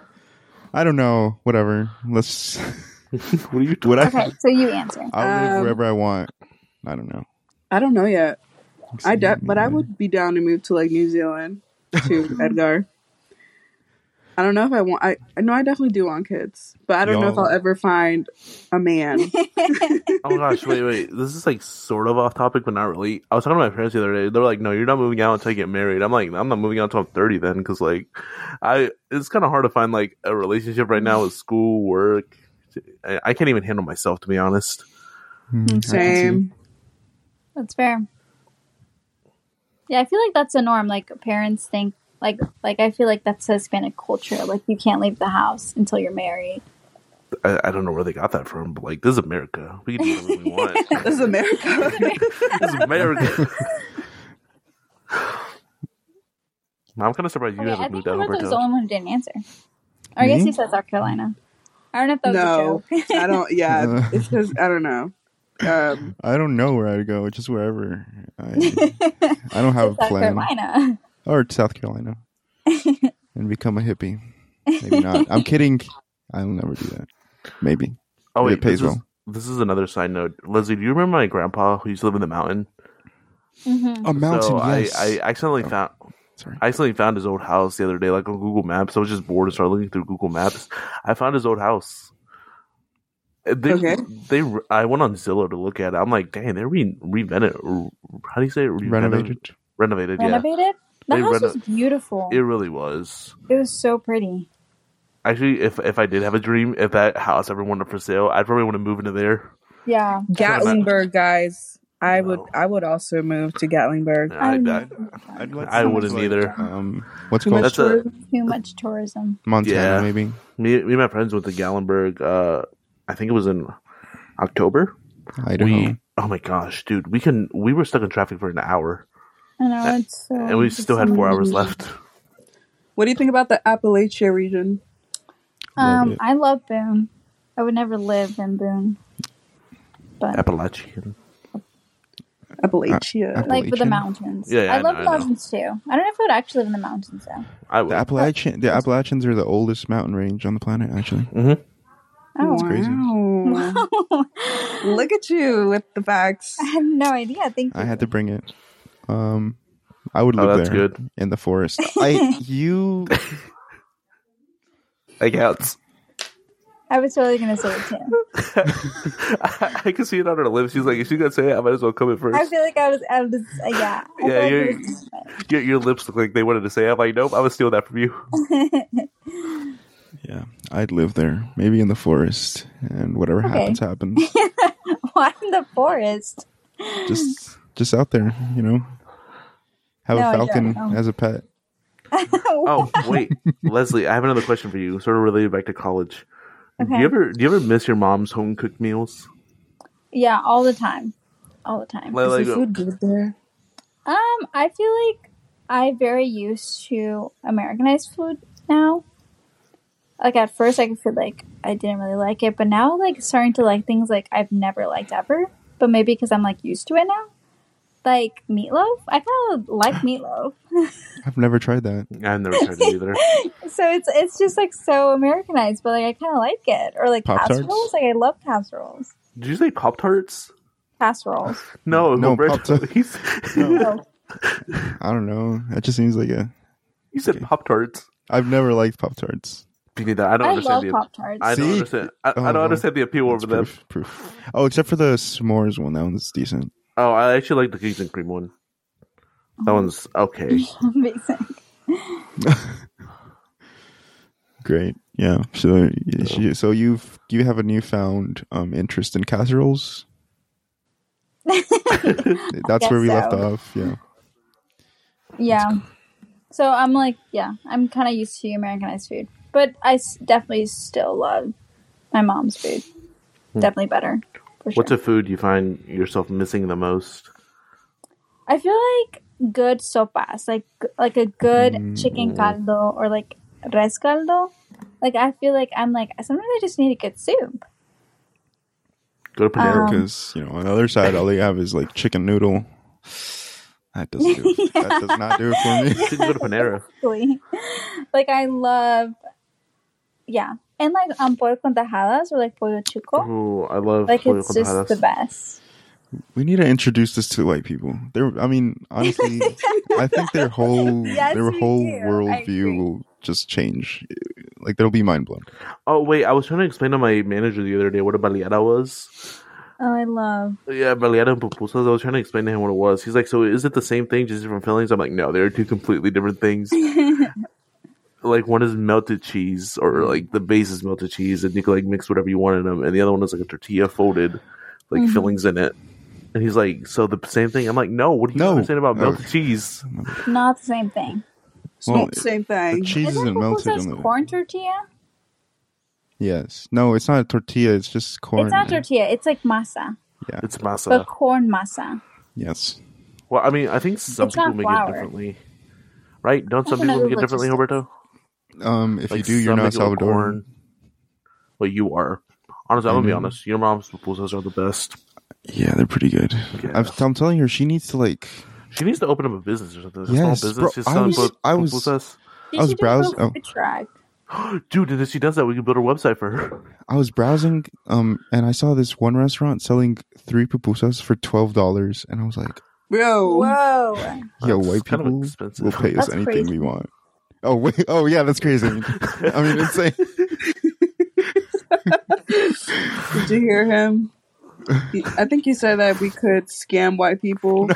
B: I don't know. Whatever. Let's.
A: what are you talking?
B: What I,
D: Okay, so you answer.
B: I'll
C: Um,
B: live wherever I want. I don't know.
C: I don't know yet. I de- but I
B: Yeah.
C: would be down to move to like New Zealand to Edgar. I don't know if I want. I I know I definitely do want kids, but I don't know if
B: Y'all-
C: I'll ever find a man.
A: Oh my gosh, wait, wait. This is like sort of off topic, but not really. I was talking to my parents the other day. They were like, "No, you're not moving out until you get married." I'm like, "I'm not moving out until I'm 30 then, because like, I it's kind of hard to find like a relationship right now with school, work. I, I can't even handle myself to be honest.
B: Hmm, I can see.
C: Same.
D: That's fair. Yeah, I feel like that's the norm. Like parents think like like I feel like that's Hispanic culture. Like you can't leave the house until you're married.
A: I, I don't know where they got that from, but like, this is America. We can do whatever we want.
C: This is America.
A: this is America. I'm kind of surprised you
D: Okay, I
A: haven't
D: think
A: moved out,
D: Roberta was
A: Roberto.
D: the only one who didn't answer. Or I guess
B: Me?
D: he said South Carolina. I don't know if that was a
C: no,
D: joke.
C: I don't. Yeah,
B: Uh.
C: it's because I don't know. Um,
B: I don't know where I'd go. Just wherever. I, I don't have a
D: South
B: plan.
D: Carolina.
B: Or South Carolina. and become a hippie. Maybe not. I'm kidding. I'll never do that. Maybe.
A: Oh wait,
B: it pays
A: this is-
B: well.
A: This is another side note. Leslie, do you remember my grandpa who used to live in the mountain?
D: Mhm.
B: A mountain.
A: so
B: yes.
A: I, I accidentally
B: Oh.
A: found
B: Sorry.
A: I accidentally found his old house the other day, like on Google Maps. I was just bored and started looking through Google Maps. I found his old house. Uh, They,
C: Okay.
A: they, I went on Zillow to look at it. I'm like, dang, they re revented. How do you say it? Revented-
B: Renovated.
A: Renovated. Yeah,
D: Renovated? The
A: They
D: house
A: reno-
D: was beautiful.
A: it really was.
D: It was so pretty.
A: Actually, if if I did have a dream, if that house ever went up for sale, I'd probably want to move into there.
D: Yeah.
C: Gatlinburg, guys. I would.
A: No.
C: I would also move to Gatlinburg.
A: I,
D: I'm-
A: I,
B: I'd like
A: I
B: something
A: wouldn't
B: like,
A: either.
B: Um, what's it
C: Too much
B: called
A: That's a-
C: tourism.
D: Too much tourism.
B: Montana?
A: Yeah.
B: Maybe.
A: me, me and my friends went to Gallenberg. Uh, I think it was in October.
B: Idaho.
A: We, oh my gosh, dude, we can. We were stuck in traffic for an hour,
D: I know it's so
A: and we still had four hours
D: Oh, amazing.
A: left.
C: What do you think about the Appalachia region?
B: Love
D: Um,
B: it.
D: I love Boone. I would never live in Boone. But
A: Appalachian.
C: Appalachia.
B: App-
D: like with the
B: Appalachian?
D: mountains.
A: Yeah, yeah, I
D: I love
A: know, I
D: the
A: know.
D: mountains too. I don't know if I would actually live in the mountains though.
A: I
B: The
A: would.
B: Appalachian, the Appalachians are the oldest mountain range on the planet. Actually,
A: Mhm.
D: Oh,
B: crazy.
A: Mm.
C: Wow. Look at you with the facts.
D: I had no idea. Thank you.
B: I had to bring it. Um, I would
A: Oh,
B: live
A: that's
B: there
A: good.
B: in the forest. I you
A: That counts.
D: I was totally gonna say it too.
A: I, I can see it on her lips. She's like, if she's gonna say it, I might as well come in
D: I
A: first.
D: feel like I was. I was. Uh, yeah.
A: Yeah,
D: I feel like
A: you're-
D: it was-
A: Your, your lips look like they wanted to say. It. I'm like, nope, I would steal that from you.
B: Yeah, I'd live there, maybe in the forest, and whatever
D: Okay.
B: happens, happens.
D: Why in the forest?
B: just, just out there, you know. Have
D: No, I
B: a
D: don't
B: falcon
D: know.
B: as a pet.
A: Oh wait, Leslie, I have another question for you. Sort of related back to college. Do
D: Okay.
A: you ever do you ever miss your mom's home cooked meals?
D: yeah, all the time, all the time.
A: Like, like,
C: Is the food good there?
D: Um, I feel like I'm very used to Americanized food now. Like at first, I could feel like I didn't really like it, but now like starting to like things like I've never liked ever, but maybe because I'm like used to it now. Like meatloaf, I kind of like meatloaf,
B: I've never tried that.
A: I've never tried it either.
D: so it's it's just like so Americanized, but like I kind of like it. Or like
B: Pop-Tarts?
D: casseroles, like I love casseroles.
A: Did you say Pop Tarts?
D: Casseroles.
A: No,
B: No,
A: Roberto-
B: Pop-Tart.
A: he's-
D: No.
B: I don't know. That just seems like a.
A: you said Pop Tarts.
B: I've never liked Pop Tarts.
A: I don't
D: I
A: understand
D: love
A: the.
D: Pop Tarts.
A: I don't
B: See?
A: understand. I, I don't
B: Oh,
A: understand the appeal over them.
B: Proof, proof. Oh, except for the s'mores one. That one's decent.
A: Oh, I actually like the cookies and cream one.
D: Oh.
A: That one's okay.
D: Amazing.
B: Great. Yeah. So, she- so you've you have a newfound um, interest in casseroles. That's where we left
D: guess so.
B: off. Yeah.
D: Yeah. So I'm like, yeah, I'm kind of used to Americanized food, but I s- definitely still love my mom's food. Definitely better. For sure.
A: Hmm. What's a food you find yourself missing the most?
D: I feel like good sopas, like like a good
A: Mm.
D: chicken caldo or like res caldo. Like I feel like I'm like sometimes I just need a good soup.
A: Go to Panera.
D: Um,
B: Because you know, on the other side, all you have is like chicken noodle. That doesn't do it. that does not do it for me.
A: you should go to Panera.
D: Really. like I love, yeah, and like um pollo con tajadas or like pollo chico.
A: Ooh, I love
D: Like
A: pollo
D: it's
A: con
D: just the
A: tajadas.
D: best.
B: We need to introduce this to white people. They're, I mean, honestly, I think their whole
D: Yes,
B: their
D: we
B: whole
D: do. I agree.
B: worldview will just change. Like they'll be mind blown.
A: Oh wait, I was trying to explain to my manager the other day what a baleada was.
D: Oh, I love.
A: Yeah, baleada and pupusas. I was trying to explain to him what it was. He's like, "So is it the same thing, just different fillings?" I'm like, "No, they're two completely different things. like one is melted cheese,
D: Mm-hmm.
A: or like the base is melted cheese, and you can like mix whatever you want in them, and the other one is like a tortilla folded, like
D: Mhm.
A: fillings in it." And he's like, "So the same thing?" I'm like, "No, what do you
B: No.
A: understand about melted
B: Okay.
A: cheese?"
D: Not the same thing.
C: It's
B: Well,
C: not the same
B: The
C: thing.
B: cheese
D: Isn't
B: isn't melted.
D: pupusas
B: In the,
D: corn tortilla?
B: yes. No, it's not a tortilla. It's just corn.
D: It's not tortilla. It's like masa,
A: It's masa.
D: but corn masa.
B: Yes.
A: Well, I mean, I think some
D: It's not
A: people make
D: flour.
A: it differently, right? Don't some
D: don't know
A: people make it
D: what
A: differently,
D: you said.
A: Roberto?
B: Um, if you do, you're
A: some
B: not
A: make it with
B: Salvador.
A: corn. Well, you are. Honestly, I'm gonna be
B: Mhm.
A: honest. Your mom's pupusas are the best.
B: Yeah, they're pretty good.
A: Yeah.
B: I've, I'm telling her she needs to like.
A: She needs to open up a business or something. A
B: Yes,
A: small
B: bro,
A: business. She's
B: I
A: selling
B: was-
A: pu-
B: I was-
A: pupusas.
D: Did
B: I was
D: she do
B: browse-
D: a
B: oh.
D: food track?
A: Dude, and if she does that, we can build her website for her.
B: I was browsing, um, and I saw this one restaurant selling three pupusas for twelve dollars, and I was like,
C: Bro.
D: Whoa!
B: "Yo,
A: That's
B: white
A: kind of
B: people
A: expensive.
B: will pay us
D: That's
B: anything
D: crazy.
B: we want." Oh wait, oh yeah, that's crazy. I mean, insane.
C: Did you hear him? He- I think he said that we could scam white people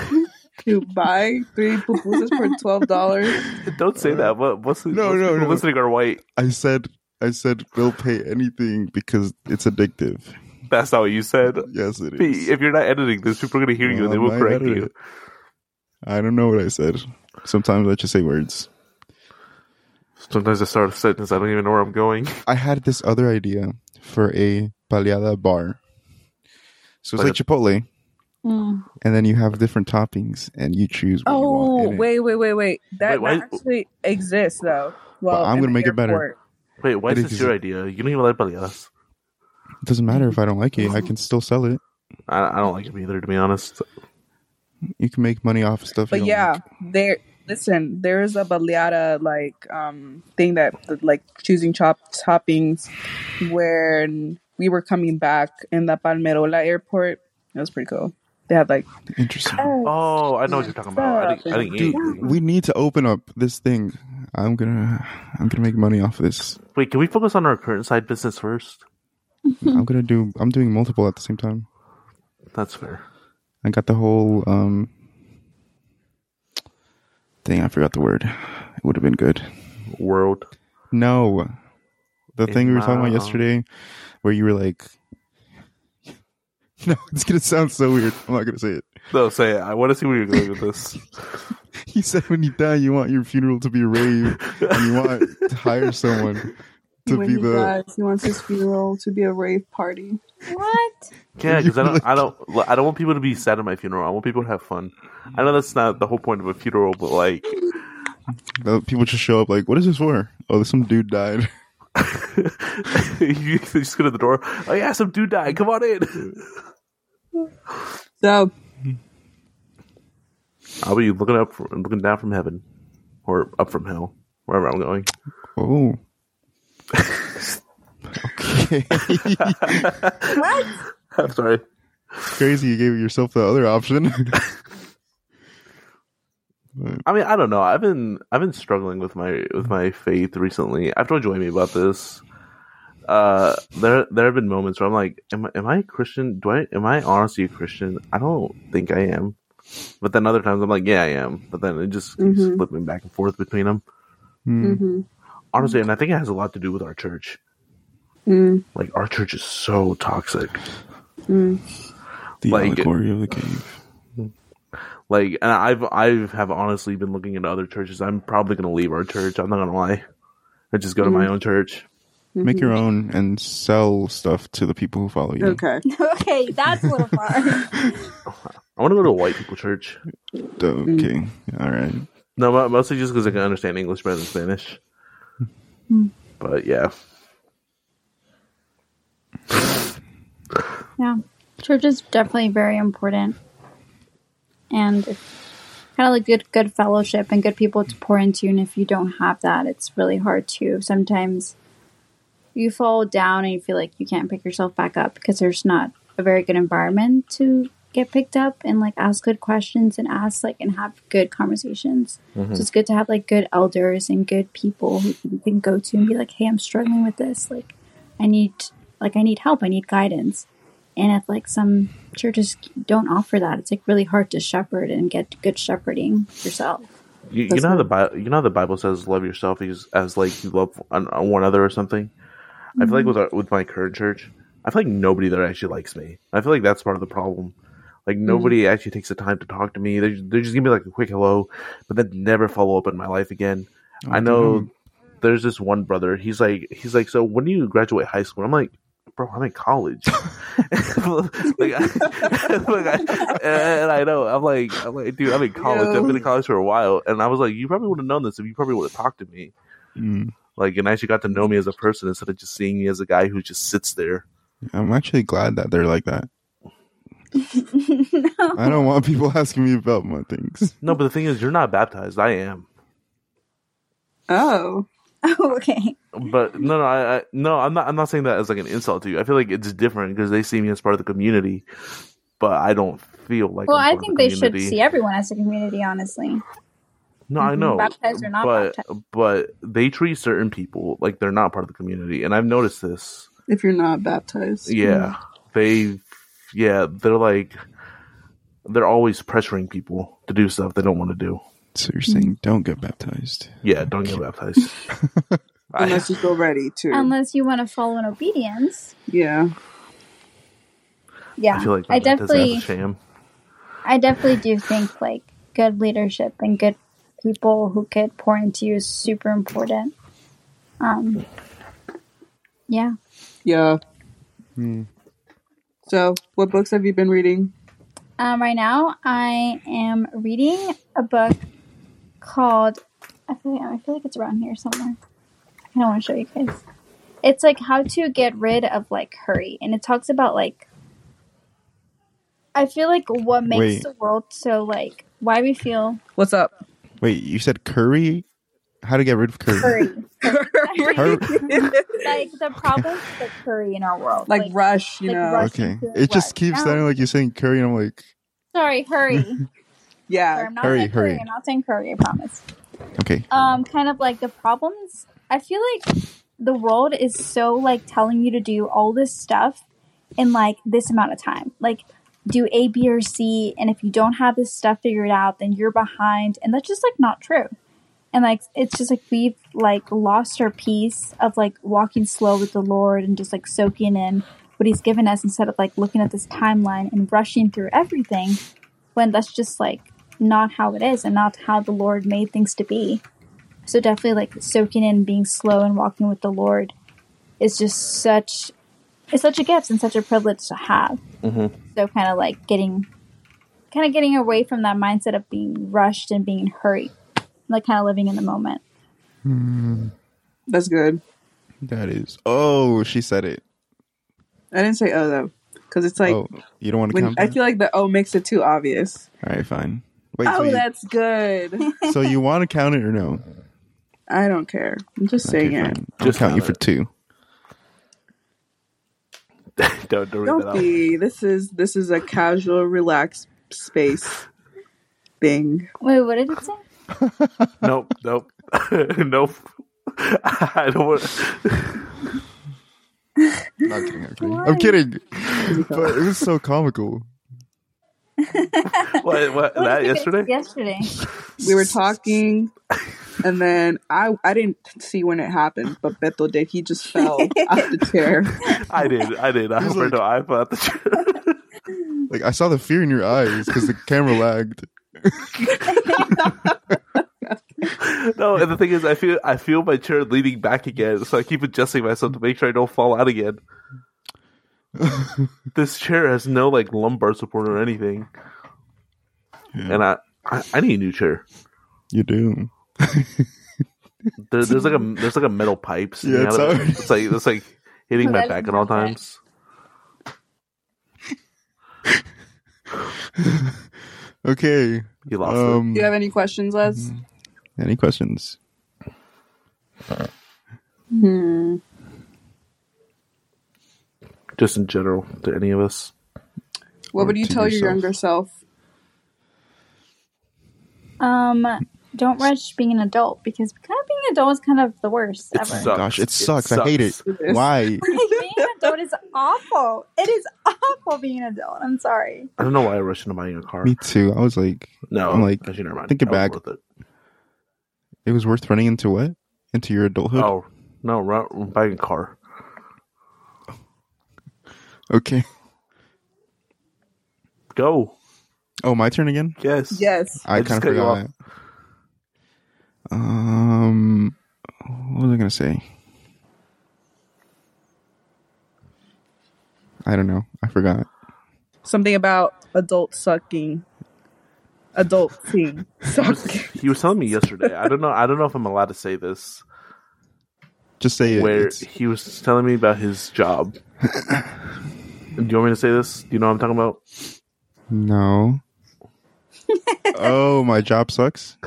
C: to buy three pupusas for twelve dollars.
A: Don't say that. What, what's
B: No,
A: most
B: no,
A: people
B: no.
A: listening are white.
B: I said, I said, they'll pay anything because it's addictive.
A: That's not what you said.
B: Yes, it is.
A: If you're not editing this, people are gonna hear you and they will
B: Well, I
A: correct
B: edited
A: you.
B: it. I don't know what I said. Sometimes I just say words.
A: Sometimes I start a sentence. I don't even know where I'm going.
B: I had this other idea for a baleada bar. So it's
A: Like
B: like Chipotle,
D: Mm.
B: and then you have different toppings, and you choose what you want.
C: Oh
B: in it.
C: wait, wait, wait, wait. That,
A: Wait, why-
C: that actually exists though. Well,
B: I'm
C: in
B: gonna
C: the
B: make it better.
C: airport.
A: Wait, why
B: It
A: is this
B: is-
A: your idea? You don't even like baleadas.
B: It doesn't matter if I don't like it; I can still sell it.
A: I, I don't like them either, to be honest.
B: You can make money off of stuff. you
C: But
B: don't
C: yeah,
B: like.
C: there. Listen, there is a baleada like um thing that like choosing chop toppings. When we were coming back in the Palmerola airport, it was pretty cool. They had like
B: interesting.
A: Oh, I know what you're talking about. I didn't, I didn't eat
B: Dude,
A: anything.
B: we need to open up this thing. I'm gonna, I'm gonna make money off of this.
A: Wait, can we focus on our current side business first?
B: I'm gonna do. I'm doing multiple at the same time.
A: That's fair.
B: I got the whole um thing. I forgot the word. It would have been good.
A: World.
B: No, the
A: In
B: thing we were talking
A: my-
B: about yesterday, where you were like, "No, it's gonna sound so weird. I'm not gonna say it."
A: No, say it. I want to see where you're going with this.
B: He said, "When you die, you want your funeral to be a rave, and you want to hire someone to
C: when
B: be
C: he
B: the."
C: dies, he wants his funeral to be a rave party.
D: What?
A: Yeah, because I don't, I don't, I don't want people to be sad at my funeral. I want people to have fun. I know that's not the whole point of a funeral, but like,
B: the people just show up like, "What is this for?" Oh, some dude died.
A: you just go to the door. Oh yeah, some dude died. Come on in.
C: So
A: I'll be looking up, from, looking down from heaven, or up from hell, wherever I'm going.
B: Oh. okay.
D: What?
A: I'm sorry.
B: Crazy you gave yourself the other option. But
A: I mean, I don't know. I've been I've been struggling with my with my faith recently. I've told Joy me about this. Uh, there there have been moments where I'm like, am I, am I a Christian? Do I am I honestly a Christian? I don't think I am. But then other times I'm like, yeah, I am. But then it just keeps
C: Mhm.
A: flipping back and forth between them.
B: hmm,
C: mm-hmm.
A: Honestly, and I think it has a lot to do with our church.
C: mm-hmm.
A: Like our church is so toxic.
B: the
A: Like-
B: allegory of the cave.
A: Like, and I've I've have honestly been looking into other churches. I'm probably gonna leave our church. I'm not gonna lie. I just go to my own church.
B: Make your own and sell stuff to the people who follow you.
C: okay.
D: okay, that's a little far.
A: I want to go to a white people church.
B: Okay. All right.
A: No, mo- mostly just because I can understand English better than Spanish. But yeah,
D: yeah, church is definitely very important, and kind of like good good fellowship and good people to pour into. And if you don't have that, it's really hard to sometimes you fall down and you feel like you can't pick yourself back up because there's not a very good environment to get picked up and like ask good questions and ask like and have good conversations. So it's good to have like good elders and good people who you can go to and be like, "Hey, I'm struggling with this. Like, I need like I need help. I need guidance." And if like some churches don't offer that, it's like really hard to shepherd and get good shepherding yourself.
A: you, you
C: That's
A: know how
C: right.
A: the Bible, you know how the Bible says love yourself as, as like you love on, on one another or something. I feel like with our, with my current church, I feel like nobody there actually likes me. I feel like that's part of the problem. Like nobody actually takes the time to talk to me. They they just give me like a quick hello, but then never follow up in my life again. I know there's this one brother. He's like, he's like, so when do you graduate high school? I'm like, bro, I'm in college. like, I, like I, and I know I'm like, I'm like, dude, I'm in college. I've been in college for a while, and I was like, you probably would have known this if you probably would have talked to me.
B: Mm.
A: Like, and actually got to know me as a person instead of just seeing me as a guy who just sits there.
B: I'm actually glad that they're like that. I don't want people asking me about my things.
A: No, but the thing is, you're not baptized. I am.
C: Oh.
D: Oh, okay.
A: But no, no, I, I no, I'm not. I'm not saying that as like an insult to you. I feel like it's different because they see me as part of the community, but I don't feel like.
D: Well,
A: I'm
D: I
A: part of
D: think
A: the
D: they should
A: community.
D: see everyone as a community, honestly.
A: No, I
C: Mhm.
A: know.
D: Baptized or not
A: but
D: baptized.
A: but they treat certain people like they're not part of the community, and I've noticed this.
C: If you're not
D: Hmm.
C: baptized.
A: Yeah, they, yeah, they're like, they're always pressuring people to do stuff they don't want to do.
B: So you're saying don't get baptized?
A: Yeah, don't get baptized. I,
C: Mm-hmm. Unless you feel ready to.
D: Unless you want to follow in obedience.
C: yeah.
D: Yeah.
A: I feel like
D: I
A: my baptism is
D: definitely
A: a sham.
D: I definitely do think like good leadership and good people who could pour into you is super important. Um yeah.
C: Yeah. Hmm.
B: Mm.
C: So, what books have you been reading?
D: Um, right now, I am reading a book called. I feel like, I feel like it's around here somewhere. I don't want to show you guys. It's like how to get rid of like hurry, and it talks about like. I feel like what makes
B: Wait.
D: the world so like why we feel
C: What's up?
B: Wait, you said curry? How to get rid of curry?
D: hurry,
B: Hur-
D: like the problems with hurry in our world,
C: like, Rush, you
D: like
C: know.
D: Rush.
B: okay.
D: Russian
B: It just
D: food
B: keeps
D: was-
B: sounding like you're saying curry, and I'm like,
D: sorry, hurry. Sorry,
C: Yeah.
D: I'm not
B: Hurry,
D: saying hurry.
B: hurry.
D: I'm not saying hurry. I promise.
B: okay.
D: um kind of like the problems i feel like the world is so like telling you to do all this stuff in like this amount of time like do a b or c and if you don't have this stuff figured out then you're behind and that's just like not true and like it's just like we've like lost our peace of like walking slow with the lord and just like soaking in what he's given us instead of like looking at this timeline and rushing through everything when that's just like not how it is and not how the lord made things to be so definitely like soaking in being slow and walking with the lord is just such it's such a gift and such a privilege to have
A: Mhm.
D: so kind of like getting kind of getting away from that mindset of being rushed and being in a hurry like kind of living in the moment
C: That's good.
B: That is. Oh, she said it.
C: I didn't say oh though, because it's like
B: oh, you don't want to
C: when
B: count.
C: I
B: that?
C: feel like the oh makes it too obvious.
B: All right, fine. Wait, so,
C: oh,
B: you,
C: that's good.
B: so you want to count it or no?
C: I don't care. I'm just
B: Okay,
C: saying it.
B: fine. I'll
A: Just
B: count you
A: count
B: for
A: it.
B: two.
A: don't, don't read that
C: Don't
A: out.
C: be. This is this is a casual, relaxed space thing.
D: Wait, what did it say?
A: Nope, nope, nope. I don't want.
B: No, I'm kidding. I'm kidding.
D: Why?
B: I'm kidding. But it was so comical.
A: What? What?
D: What
A: that
D: did you guys
A: yesterday?
D: do Yesterday.
C: We were talking, and then I I didn't see when it happened, but Beto did. He just fell off the chair.
A: I did. I did. I
B: was
A: burned an iPhone at the
B: Like I saw the fear in your eyes because the camera lagged.
A: no, and the thing is, I feel I feel my chair leaning back again, so I keep adjusting myself to make sure I don't fall out again. this chair has no like lumbar support or anything,
B: Yeah.
A: and I, I I need a new chair.
B: You do.
A: There, there's like a there's like a metal pipes.
B: Yeah, it's already-
A: it's like it's like hitting my
D: Well,
A: back at all
D: that's-
A: times.
B: Okay.
A: You lost it.
B: Um.
C: Do you have any questions, Les?
B: Mm-hmm. Any questions?
C: Hmm.
A: Just in general to any of us.
C: What
B: Or
C: would you
B: to
C: tell your
B: yourself.
C: younger self?
D: Um, don't rush being an adult because kind of being an adult is kind of the worst
A: It
D: ever.
A: sucks.
B: Gosh, it sucks. I hate it.
C: It is.
B: Why?
D: Like, being an adult is awful. It is awful being an adult. I'm sorry.
A: I don't know why I rushed into buying a car.
B: Me too. I was like,
A: no,
B: I'm like,
A: actually, never mind.
B: thinking
A: That was
B: back.
A: worth it.
B: it was worth running into what? Into your adulthood.
A: Oh no, ru- buying a car.
B: Okay.
A: Go.
B: Oh, my turn again.
A: Yes.
C: Yes.
A: I
B: I
A: just
B: kind
A: cut
B: of
A: you
B: forgot.
A: off.
B: that. Um, what was I gonna say? I don't know. I forgot.
C: Something about adult sucking. Adult seeing. Sucking.
A: He was telling me yesterday. I don't know. I don't know if I'm allowed to say this.
B: Just say it.
A: where
B: It's-
A: he was telling me about his job. Do you want me to say this? Do you know what I'm talking about?
B: no. oh, my job sucks.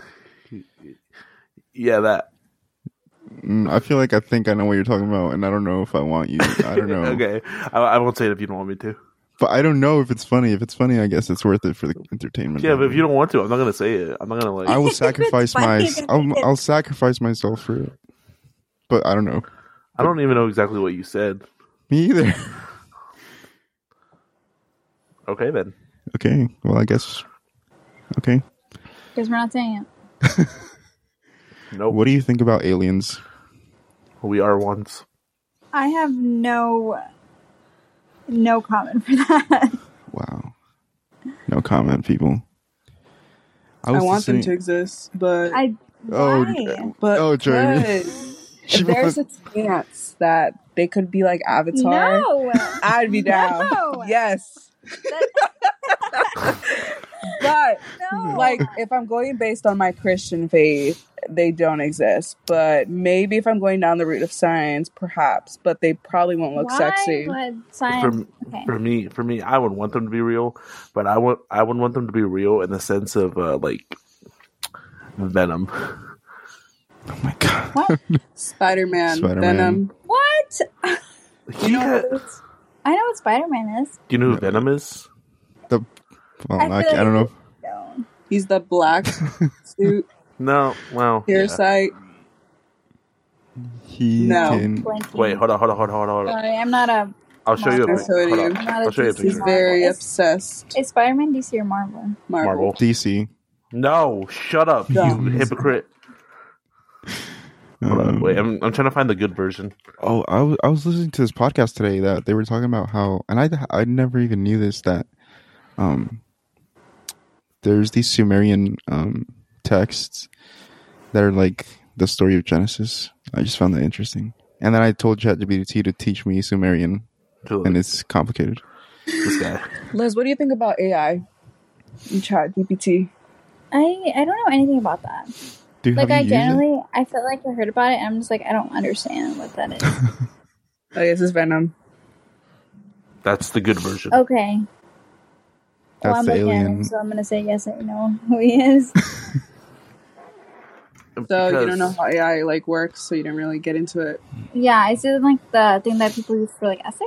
A: Yeah, that.
B: Mm, I feel like I think I know what you're talking about, and I don't know if I want you. I don't know.
A: okay, I, I won't say it if you don't want me to.
B: But I don't know if it's funny. If it's funny, I guess it's worth it for the entertainment.
A: Yeah, but if
B: value.
A: you don't want to, I'm not gonna say it. I'm not gonna like.
B: I will
D: If it's
B: sacrifice my.
D: funny, then
B: I'll,
D: it's-
B: I'll sacrifice myself for it. But I don't know.
A: I don't even know exactly what you said.
B: Me either.
A: Okay, then.
B: Okay. Well, I guess. Okay.
D: Because we're not saying it.
A: Nope.
B: What do you think about aliens?
A: We are ones.
D: I have no no comment for that.
B: Wow. No comment, people.
C: I
B: was
C: want them to
B: listening-
C: exist, but
D: I
B: Oh,
D: why?
B: uh,
C: but
B: Oh, Jeremy.
C: but
B: She
C: if there's
B: wants-
C: a chance that they could be like Avatar,
D: no.
C: I'd be down.
D: No.
C: Yes. but
D: No.
C: like if I'm going based on my Christian faith, they don't exist. But maybe if I'm going down the route of science, perhaps, but they probably won't look
D: why
C: sexy.
D: would
A: For,
D: science?
A: m-
D: Okay.
A: for me, for me, I would want them to be real, but I want I would want them to be real in the sense of uh, like venom.
B: Oh my god.
D: What?
C: Spider Man,
B: Spider-Man.
C: Venom.
D: What?
A: You know,
D: I know what Spider Man is.
A: do you know who Venom is?
B: The. Well,
D: I
B: I,
D: feel
B: I don't know.
D: No.
C: He's the black suit
A: No. Well, yeah.
C: parasite.
B: He
C: No.
B: can.
D: Blanking.
A: wait. Hold on. Hold on. Hold on. Hold on. Hold on.
D: Sorry, I'm not a.
A: I'll show you a
D: Marvel.
A: picture. Hold on.
C: I'm
D: not a
A: I'll show you a
D: DC
C: He's
A: picture.
D: fan.
C: very
D: Marvel.
C: obsessed.
D: Is Spider Man DC or Marvel?
C: Marvel.
A: Marvel.
B: DC.
A: No, shut up,
C: Dumb.
A: you hypocrite. Hold on,
B: Um,
A: wait. I'm, I'm trying to find the good version.
B: Oh, I was I was listening to this podcast today that they were talking about how, and I I never even knew this that, um, there's these Sumerian um texts that are like the story of Genesis. I just found that interesting, and then I told ChatGPT to teach me Sumerian,
A: To
B: and it's complicated.
A: this guy.
C: Liz, what do you think about AI and chat GPT?
D: I I don't know anything about that.
B: Do you
D: Like
B: have
D: I
B: you used
D: generally, I felt like I heard about it, and I'm just like, I don't understand what that is.
C: Oh, yes, it's Venom.
A: That's the good version.
D: Okay.
B: That's
D: I'm
B: the
D: a Canon,
B: alien.
D: so I'm gonna say yes or no who he is.
C: So you don't know
A: Because-
C: how AI like works, so you didn't really get into it.
D: yeah, is it like the thing that people use for like essays?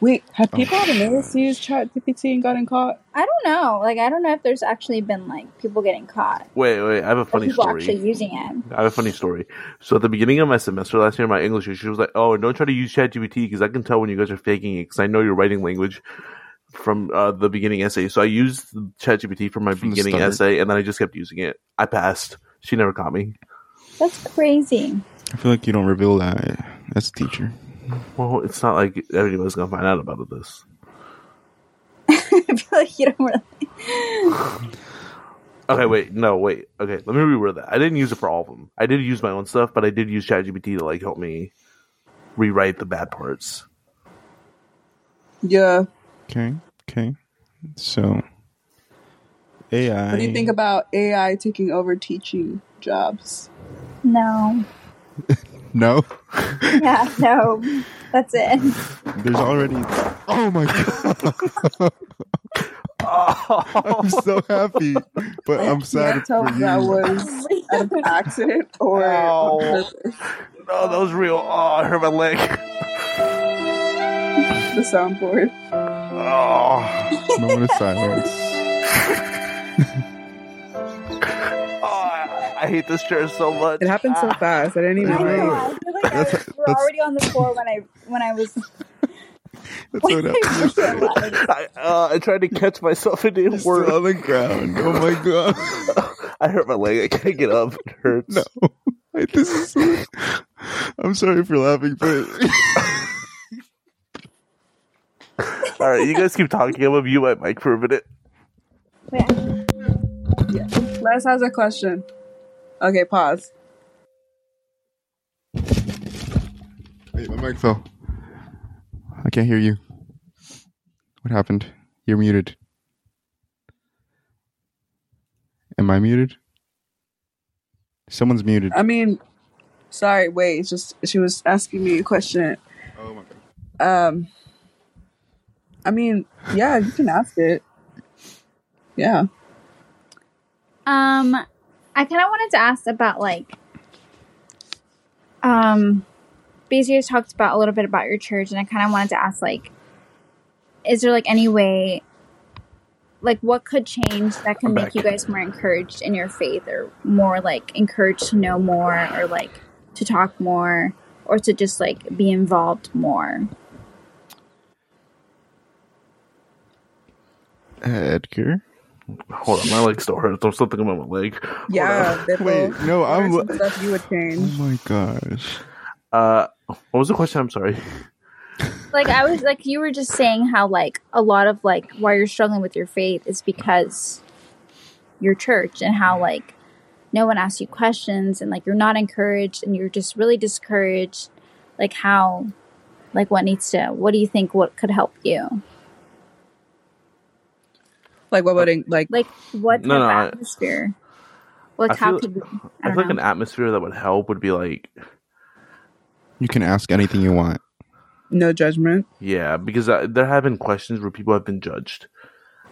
C: Wait, have
B: Oh.
C: people on the news used ChatGPT and gotten caught?
D: I don't know. Like I don't know if there's actually been like people getting caught.
A: Wait, wait. I have a
D: Or
A: funny
D: people
A: story.
D: actually using it.
A: I have a funny story. So at the beginning of my semester last year, my English teacher was like, "Oh, don't try to use ChatGPT because I can tell when you guys are faking it because I know your writing language from uh, the beginning essay." So I used ChatGPT for my
B: From the
A: beginning
B: start.
A: essay, and then I just kept using it. I passed. She never caught me.
D: That's crazy.
B: I feel like you don't reveal that as a teacher.
A: Well, it's not like everybody's gonna find out about this.
D: I feel like you don't really
A: Okay, wait, no, wait. Okay, let me reword that. I didn't use it for all of them. I did use my own stuff, but I did use ChatGPT to like help me rewrite the bad parts.
C: Yeah.
B: Okay. Okay. So AI.
C: What do you think about AI taking over teaching jobs?
D: No.
B: no.
D: Yeah, no. That's it.
B: There's already. Oh my god! I'm so happy, but I'm
C: Can't
B: sad
C: Oh. tell
B: for
C: if that
B: you.
C: was out of accident or
A: Ow.
C: on purpose.
A: No, that was real. Oh, I hurt my leg.
C: The soundboard.
A: Oh.
B: Moment of silence.
A: Oh, I I hate this chair so much.
C: It happened so
A: Ah.
C: fast. I didn't
D: I
C: even
D: know.
C: know.
D: I feel like I
B: That's-
D: was, we're
B: that's-
D: already on the floor when I when I was
B: That's what
D: when I
B: happened. yesterday.
D: realized.
A: I, uh, I tried to catch myself. It didn't
B: It's still
A: work.
B: on the ground. Oh my god!
A: I hurt my leg. I can't get up. It hurts.
B: No, Wait, this is. I'm sorry for laughing, but
A: All right, you guys keep talking. I'm gonna mute my mic for a minute.
D: Wait,
C: Les has a question. Okay, pause.
B: wait, my mic fell. I can't hear you. What happened? You're muted. Am I muted? Someone's muted.
C: I mean, sorry. Wait, it's just she was asking me a question.
B: Oh my god.
C: Um, I mean, yeah, you can ask it. Yeah.
D: Um, I kind of wanted to ask about like, um, because you guys talked about a little bit about your church, and I kind of wanted to ask like, is there like any way, like, what could change that can
A: I'm
D: make
A: back.
D: you guys more encouraged in your faith, or more like encouraged to know more, or like to talk more, or to just like be involved more?
B: Edgar?
A: Hold on, my leg's still hurts. There's something about my leg. Hold
C: Yeah. Bippo,
B: Wait, no,
C: what are
B: I'm-
C: some stuff you would
B: Oh
C: change.
B: my gosh.
A: on. Uh, what was the question? I'm sorry.
D: like I was like you were just saying how like a lot of like why you're struggling with your faith is because your church and how like no one asks you questions and like you're not encouraged and you're just really discouraged like how like what needs to what do you think what could help you
C: Like what would it, like
D: like what type
A: No, no, I-
D: of atmosphere like
A: I
D: how
A: feel-
D: could we
A: I,
D: I
A: feel like
D: don't
A: an
D: know
A: atmosphere that would help would be like,
B: You can ask anything you want.
C: no judgment?
A: yeah, because I, there have been questions where people have been judged.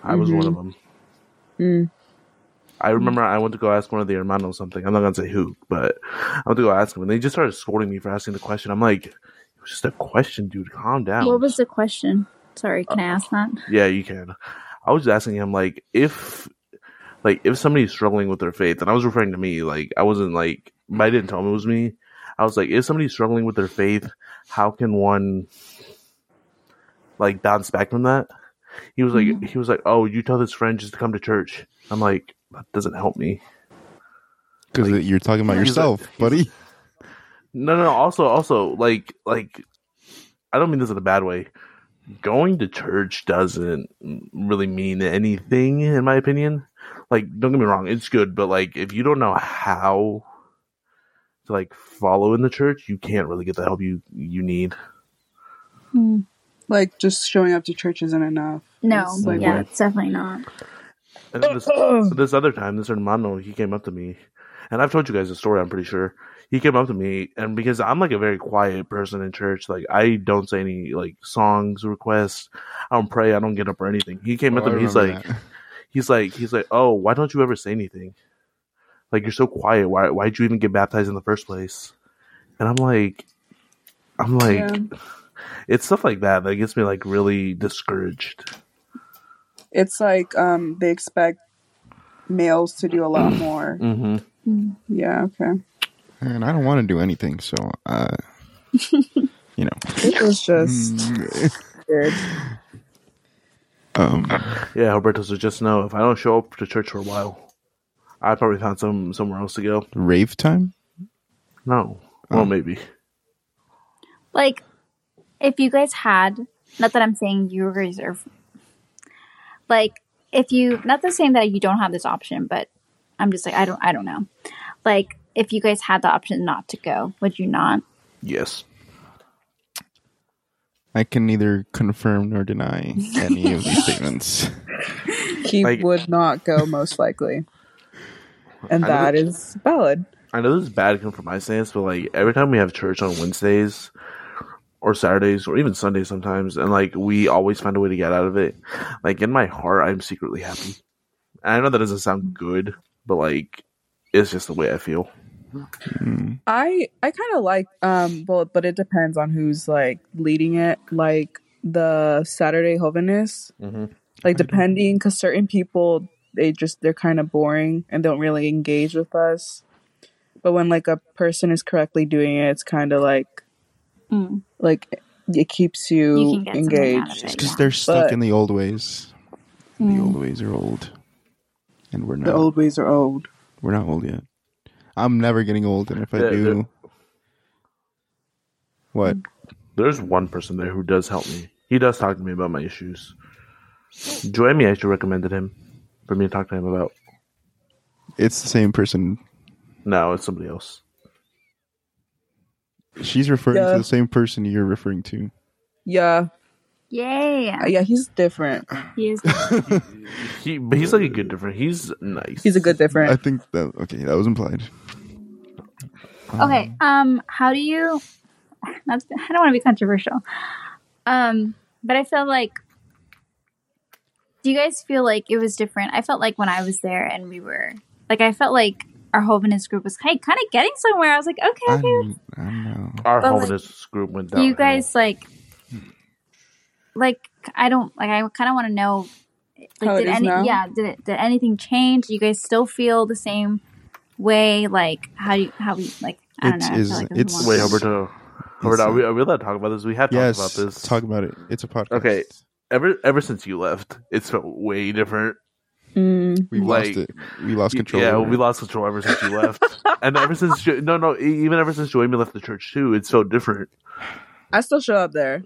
A: I was one of them.
C: Mm.
A: I remember I went to go ask one of the hermanos something. I'm not gonna say who, but I went to go ask him, and they just started scolding me for asking the question. I'm like, it was just a question, dude. Calm down.
D: what was the question sorry can I ask that
A: yeah, you can. I was asking him like if, like if somebody's struggling with their faith, and I was referring to me. Like I wasn't like, I didn't tell him it was me. I was like, if somebody's struggling with their faith, how can one like bounce back from that? He was like,
D: Mhm.
A: he was like, oh, you tell this friend just to come to church. I'm like, that doesn't help me.
B: Because
A: Like-
B: you're talking about
A: He's a-
B: yourself,
A: he's a-
B: buddy.
A: No, no. Also, also, like, like, I don't mean this in a bad way. Going to church doesn't really mean anything, in my opinion. Like, don't get me wrong, it's good, but like, if you don't know how to like follow in the church, you can't really get the help you you need.
C: Uh,
D: Hmm.
C: Like just showing up to church isn't enough.
D: no
C: It's like,
D: yeah
A: what-
D: it's definitely not
A: And then this, this other time, this hermano, he came up to me, and I've told you guys the story. I'm pretty sure he came up to me, and because I'm like a very quiet person in church, like I don't say any like songs requests. I don't pray. I don't get up or anything. He came up
B: Oh,
A: to
B: I
A: me. He's
B: remember
A: like,
B: that.
A: he's like he's like oh why don't you ever say anything like you're so quiet why why'd you even get baptized in the first place and i'm like i'm like
C: Yeah.
A: it's stuff like that that gets me like really discouraged
C: It's like um they expect males to do a lot more.
A: mm-hmm.
D: Hmm.
C: Yeah, okay.
B: and I don't want to do anything, so uh, you know,
C: It was
A: Mm.
C: just weird.
B: mm, um,
A: yeah alberto so just know if i don't show up to church for a while i probably found some somewhere else to go
B: rave time.
A: no well
B: Um.
A: maybe
D: like if you guys had not that i'm saying you guys are like if you not the saying that you don't have this option but i'm just like i don't i don't know like if you guys had the option not to go would you not
A: yes
B: I can neither confirm nor deny any of these statements.
C: He
A: Like-
C: would not go most likely. And
A: I know
C: that is valid.
A: I know this is bad coming from my stance, but like every time we have church on Wednesdays or Saturdays or even Sundays sometimes, and like we always find a way to get out of it. Like in my heart, I'm secretly happy. And I know that doesn't sound good, but like it's just the way I feel.
B: Mm.
C: I I kind of like um well but it depends on who's like leading it like the Saturday holiness
A: Mm-hmm.
B: I
C: like
B: don't-
C: depending because certain people they just they're kind of boring and don't really engage with us but when like a person is correctly doing it it's kind of like
D: Mm.
C: like it keeps you,
D: You can get something out of
C: engaged
B: It's
D: it.
B: because
D: Yeah.
B: they're stuck
C: But-
B: in the old ways.
D: Mm.
B: The old ways are old, and we're
C: the
B: not.
C: old ways are old
B: We're not old yet. I'm never getting old, and if I
A: The-
B: do, what?
A: There's one person there who does help me. He does talk to me about my issues. Joemi actually recommended him for me to talk to him about.
B: It's the same person.
A: No, it's somebody else.
B: She's referring
C: Yeah.
B: to the same person you're referring to.
C: yeah
D: yay
C: yeah he's different
D: He is-
A: He, but he's like a good different. He's nice.
C: he's a good
B: I
C: different
B: think that okay, that was implied.
D: okay um how do you not, i don't want to be controversial um but i feel like do you guys feel like it was different i felt like when i was there and we were like i felt like our holiness group was kind kind of getting somewhere i was like okay
B: I,
D: okay
B: don't- I don't know.
A: Our
D: But, like,
A: holiness group went
D: do
A: down.
D: you guys like
B: Hmm.
D: like i don't like i kind of want to know like
C: How it
D: did
C: is
D: any
C: now?
D: yeah did it did anything change do you guys still feel the same way like how do you how we like i don't
B: It's-
D: know I feel
B: is-
D: like this
B: it's-
D: is
A: Wait,
D: long.
A: Alberto. Alberto,
B: It's,
A: are
B: uh,
A: we, are we allowed to talk about this? We have talked
B: yes,
A: about this.
B: talk about it. It's a podcast.
A: Okay. ever ever since you left, it's felt way different.
C: Mm.
B: we
A: Like-
B: lost it. We lost control.
A: Yeah,
B: over
A: we
B: it.
A: lost control ever since you left, and ever since Jo- no, no, e- even ever since Joemi left the church too, it's so different.
C: i still show up there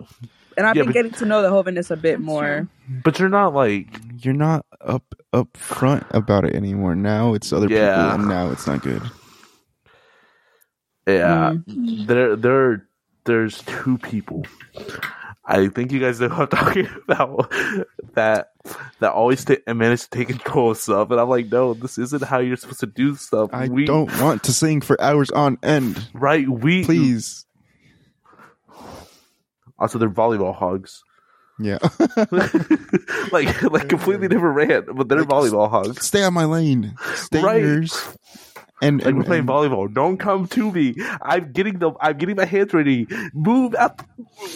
C: and i've
A: Yeah,
C: been
A: but-
C: getting to know the holiness a bit
D: That's
C: more
A: But you're not like
B: You're not up up front about it anymore. Now it's other
A: Yeah.
B: people, and now it's not good.
A: yeah.
D: Mm.
A: There there there's two people. I think you guys know who I'm talking about that that always ta- manage to take control of stuff, and I'm like, no, this isn't how you're supposed to do stuff.
B: I
A: we,
B: don't want to sing for hours on end.
A: right? We
B: Please.
A: Also, they're volleyball hogs.
B: Yeah.
A: like like completely different rant, but they're
B: Like,
A: volleyball hogs.
B: Stay on my lane. Stay
A: Right.
B: yours. And,
A: Like
B: and,
A: we're playing
B: and-
A: volleyball. Don't come to me. I'm getting the I'm getting my hands ready. Move out the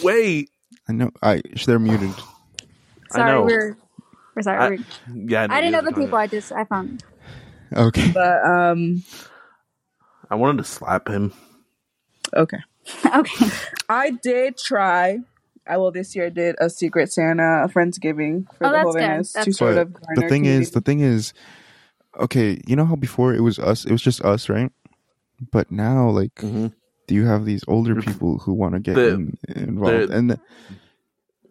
A: way.
B: I know. I they're muted.
A: I
D: sorry
A: know.
D: we're we're sorry
A: I-
D: we're,
A: Yeah,
D: I didn't
A: you guys
D: know the
A: are talking
D: people. I just I found.
B: Okay.
C: but um
A: about- I wanted to slap him.
C: okay
D: okay.
C: I did try. I will this year did a Secret Santa, a Friendsgiving for
D: Oh,
C: the
D: that's good.
C: holiness to
D: That's
C: sort
B: good.
C: of garner
B: the thing
C: community.
B: is, the thing is, okay, you know how before it was us, it was just us, right? But now, like, do you have these older people who want to get
A: The-
B: in, involved?
A: the-
B: and the,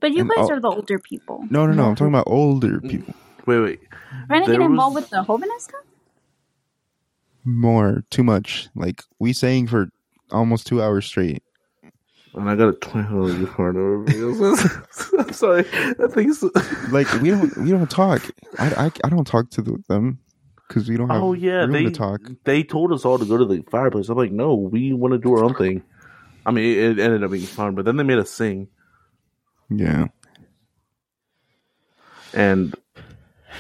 D: But you
B: And
D: guys
B: I'll-
D: are the older people.
B: no, no, no,
C: No.
B: I'm talking about older
A: Mm.
B: people
A: Wait, wait.
D: Trying to
A: There
D: get
A: was-
D: involved with the Hovinist stuff?
B: more, too much. Like we sang for almost two hours straight.
A: And I got a twinkle in your corner. I'm sorry. That thing's
B: Like we don't, we don't talk. I, I, I don't talk to the, them. because we don't have
A: Oh yeah,
B: room
A: they
B: to talk.
A: they told us all to go to the fireplace. I'm like, no, we want to do our own thing. I mean, it, it ended up being fun, but then they made us sing,
B: Yeah,
A: and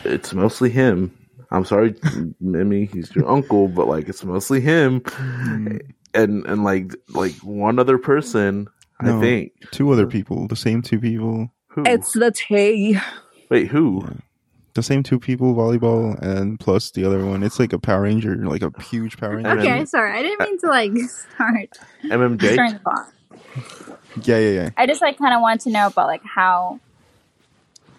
A: it's mostly him. I'm sorry, Mimi, he's your uncle, but like it's mostly him,
B: Mm,
A: and and like like one other person, I
B: No.
A: think.
B: two other people, the same two people,
A: Who?
C: It's the tea.
A: Wait, who?
B: the same two people, volleyball, and plus the other one. It's like a Power Ranger, like a huge Power Ranger.
A: And
D: Okay,
A: then-
D: sorry. I didn't mean to like start
A: MMJ.
D: starting the ball.
B: Yeah, yeah, yeah.
D: I just like kind of want to know about like how.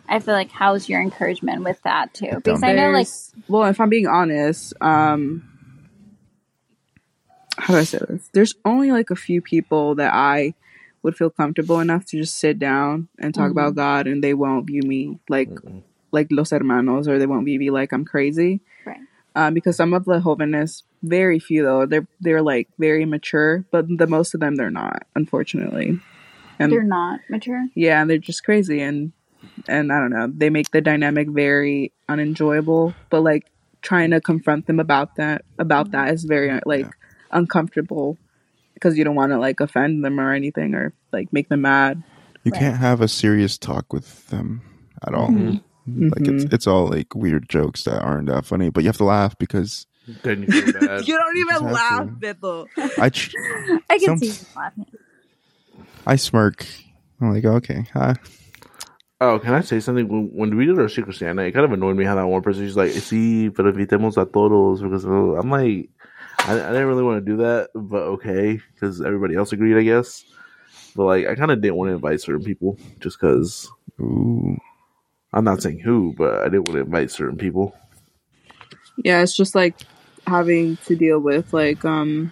D: I feel like how's your encouragement with that too? Because I know like
C: There's- well, if I'm being honest, um, how do I say this? There's only like a few people that I would feel comfortable enough to just sit down and talk
D: Mm-hmm.
C: about God, and they won't view me like like los hermanos, or they won't view me like I'm crazy.
D: Right.
C: Um, because some of the Hovenists, very few though, they're they're like very mature, but the most of them they're not, unfortunately. And
D: they're not mature.
C: yeah they're just crazy and and i don't know they make the dynamic very unenjoyable but like trying to confront them about that about that is very like uncomfortable because you don't want to like offend them or anything or like make them mad
B: You
D: Right.
B: can't have a serious talk with them at all.
D: Mm-hmm.
B: Mm-hmm.
A: Mhm.
B: Like it's it's all like weird jokes that aren't that funny, but you have to laugh because
A: Then you feel bad.
C: don't
B: You just have
C: Bethel.
B: I tr-
D: I can
B: Some-
D: see you laughing.
B: I smirk. I'm like, okay, huh?
A: Oh, can I say something? When, when we did our Secret Santa, it kind of annoyed me how that one person she's like, "Sí, pero invitemos a todos," because oh, I'm like, I, I didn't really want to do that, but okay, because everybody else agreed, I guess. But like, I kind of didn't want to invite certain people just because
B: Ooh,
A: I'm not saying who, but I didn't want to invite certain people.
C: yeah it's just like having to deal with like um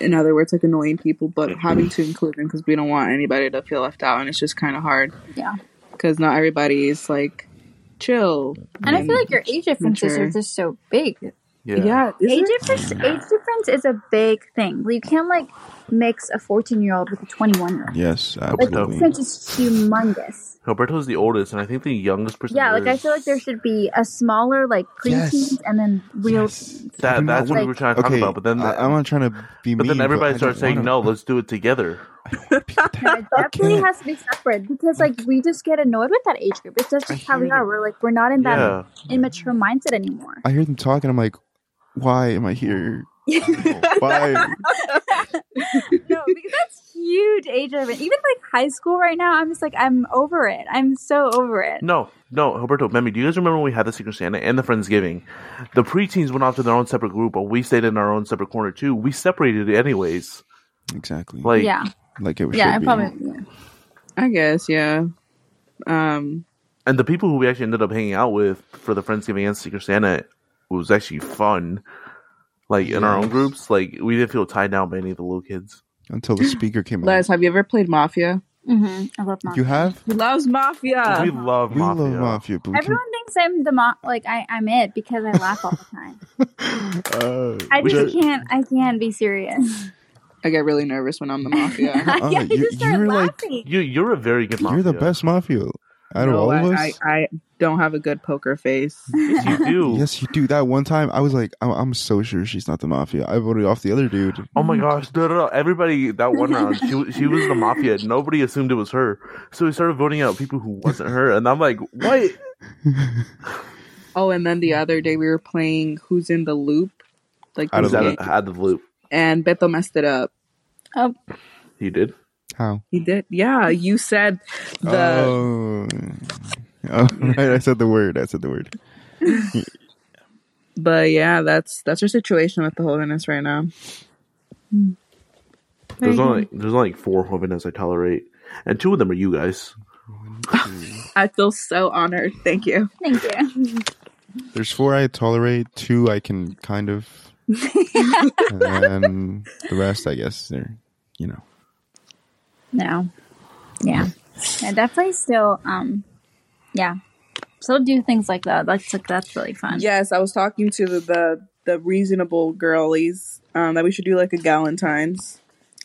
C: in other words like annoying people but having to include them because we don't want anybody to feel left out and it's just kind of hard
D: Yeah.
C: because not everybody is like chill.
D: And I feel like your age differences
C: Mature.
D: are just so big.
A: Yeah,
C: yeah, is
D: Age
C: it?
D: difference, age difference is a big thing. You can't like mix a fourteen year old with a twenty one year old.
B: yes,
D: Like the
B: absolutely.
D: difference is humongous.
A: Alberto's the oldest, and I think the youngest person.
D: Yeah, like I
A: is-
D: feel like there should be a smaller like
B: Yes.
D: preteens and then real.
B: Yes.
D: teens.
A: that. That's what we were trying to talk
B: Okay,
A: about, but then,
B: I, I'm not trying to be
A: but
B: mean.
A: then everybody
B: I
A: starts
B: don't
A: saying,
B: wanna-
A: "No, let's do it together."
D: No, it definitely has to be separate because like we just get annoyed with that age group. It's just,
B: I
D: just how we
B: hear
D: are. We're like we're not in that
A: Yeah,
D: immature mindset anymore.
B: I hear them talking. I'm like, why am I here? Why?
D: no, because that's huge age difference. Even like high school right now, I'm just like I'm over it. I'm so over it.
A: No, no, Roberto, Memmi, do you guys remember when we had the Secret Santa and the Friendsgiving? The preteens went off to their own separate group, but we stayed in our own separate corner too. We separated anyways.
B: exactly. Like,
A: Like,
D: yeah,
B: it should
D: yeah, I
B: be.
D: probably. yeah.
C: I guess, yeah. Um,
A: and the people who we actually ended up hanging out with for the Friendsgiving and Secret Santa was actually fun. Like in our own
B: Yes.
A: groups, like we didn't feel tied down by any of the little kids.
B: Until the speaker came
C: Les,
B: out.
C: have you ever played Mafia?
D: hmm I love mom.
B: You have?
C: He loves
A: we
C: Mafia.
A: love
B: We
A: mafia.
B: love mafia, but we can,
D: Everyone thinks I'm the mo- like I, I'm it because I laugh all the time.
B: uh,
D: I
B: which
D: just
B: are-
D: can't. I can't be serious.
C: I get really nervous when I'm the Mafia.
D: I,
B: Uh,
D: I
B: you-
D: just start
B: you're like-
D: laughing.
A: You, you're a very good mafia.
B: You're the best mafia out of
C: No,
B: all
C: I,
B: of us.
C: I, I don't have a good poker face.
A: Yes, you do.
B: Yes, you do. That one time, I was like, I'm, I'm so sure she's not the mafia. I voted off the other dude.
A: Oh my gosh! No, no, no. Everybody that one round, she wa- she was the mafia. Nobody assumed it was her, so we started voting out people who wasn't her. And I'm like, what?
C: Oh, and
A: Mm.
C: then the other day we were playing Who's in the Loop, like
B: Out
A: Out
B: of
A: of,
C: this
B: the
A: out,
C: game,
A: of, out of the loop.
C: and Beto messed it up.
D: Oh,
A: He did.
B: How?
C: He did. Yeah,
A: Mm.
C: you said the
B: Oh. Oh, right. I said the word. I said the word.
C: but yeah, that's that's our situation with the holiness right now.
D: very
A: There's
D: good.
A: only there's only like four Hovenets I tolerate, and two of them are you guys.
B: One, two.
C: I feel so honored. Thank you.
D: Thank you.
B: There's four I tolerate, two I can kind of, and then the rest, I guess, they're, you know.
D: no. Yeah. I definitely still um yeah. Still do things like that. That's like that's really fun.
C: Yes, I was talking to the the, the reasonable girlies um, that we should do like a Galentine's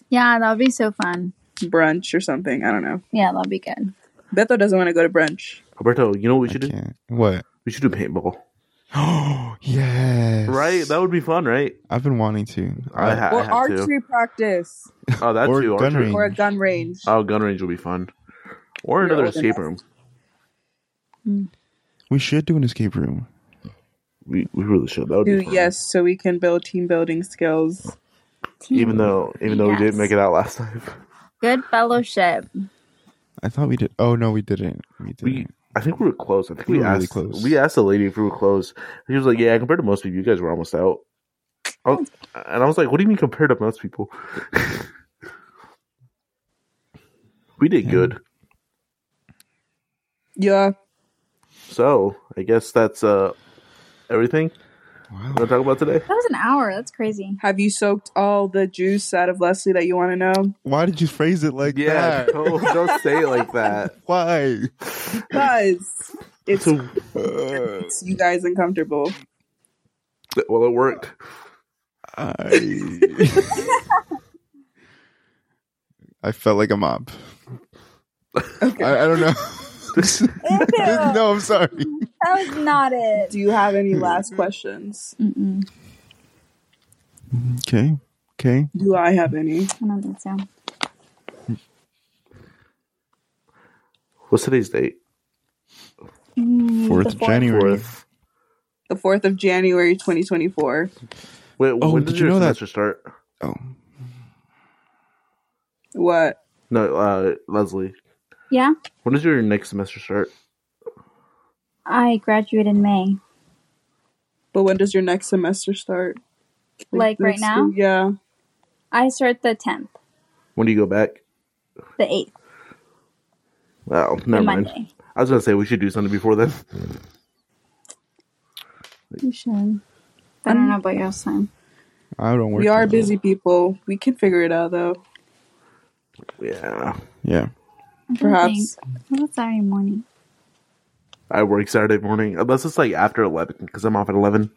D: Yeah, that would be so fun.
C: brunch or something. I don't know.
D: Yeah, that'll be good.
C: Beto doesn't want to go to brunch.
A: Roberto, you know what we
B: I
A: should do?
B: can't. What?
A: We should do paintball.
B: Oh yes,
A: Right? That would be fun, right?
B: I've been wanting to.
A: I,
B: I,
A: ha-
C: Or
A: I have to.
C: archery practice.
A: Oh, that
B: Or
A: too.
B: gun
A: archery.
B: range.
C: Or a gun range.
A: Oh, gun range would be fun. Or
C: We're
A: another
C: organized.
A: escape room.
B: we should do an escape room.
A: We, we really should. That would
C: Do
A: be fun.
C: yes, so we can build team building skills.
A: Even though, even though we didn't
D: Yes.
A: make it out last time,
D: Good fellowship.
B: I thought we did. Oh no, we didn't. We didn't.
A: we I think we were close. I think
B: We
A: we,
B: were really
A: asked
B: close.
A: we asked the lady if we were close. She was like, "Yeah, compared to most people, you guys were almost out." I was- and I was like, "What do you mean compared to most people?" we did
B: Yeah.
A: good.
C: Yeah.
A: So I guess that's uh everything
B: wow.
A: we're gonna talk about today.
D: That was an hour. That's crazy.
C: Have you soaked all the juice out of Leslie that you want to know?
B: Why did you phrase it like
A: yeah,
B: that?
A: don't, don't say it like that.
B: Why?
C: Because it's,
A: So,
B: Uh,
C: it's you guys uncomfortable.
A: well, it worked.
B: I... I felt like a mop. I, I don't know. no, I'm sorry.
D: That was not it.
C: Do you have
A: Hmm.
C: any last questions?
D: Mm-mm,
B: Okay. Okay.
C: Do I have any?
D: I don't think so.
A: What's today's date?
D: Mm,
B: Fourth
D: the
B: of January.
A: Fourth.
C: The 4th of January 2024.
A: Wait,
B: Oh,
A: when
B: did
A: did
B: you
A: your
B: know that-
A: semester start?
B: Oh,
C: What?
A: No, uh, Leslie.
D: Yeah,
A: When does your next semester start?
D: I graduate in May.
C: But when does your next semester start?
D: Like right
C: next
D: now?
C: school- Yeah.
D: I start the tenth,
A: When do you go back?
D: the eighth,
A: Well,
D: the
A: never mind.
D: Monday.
A: I was gonna say we should do something before then.
D: You should. I don't know about your time.
B: I don't work.
C: We are
B: tomorrow.
C: busy people. We can figure it out though.
A: Yeah,
B: Yeah.
D: I don't
C: Perhaps.
D: think- What about Saturday morning?
A: I work Saturday morning unless it's like after eleven because I'm off at eleven.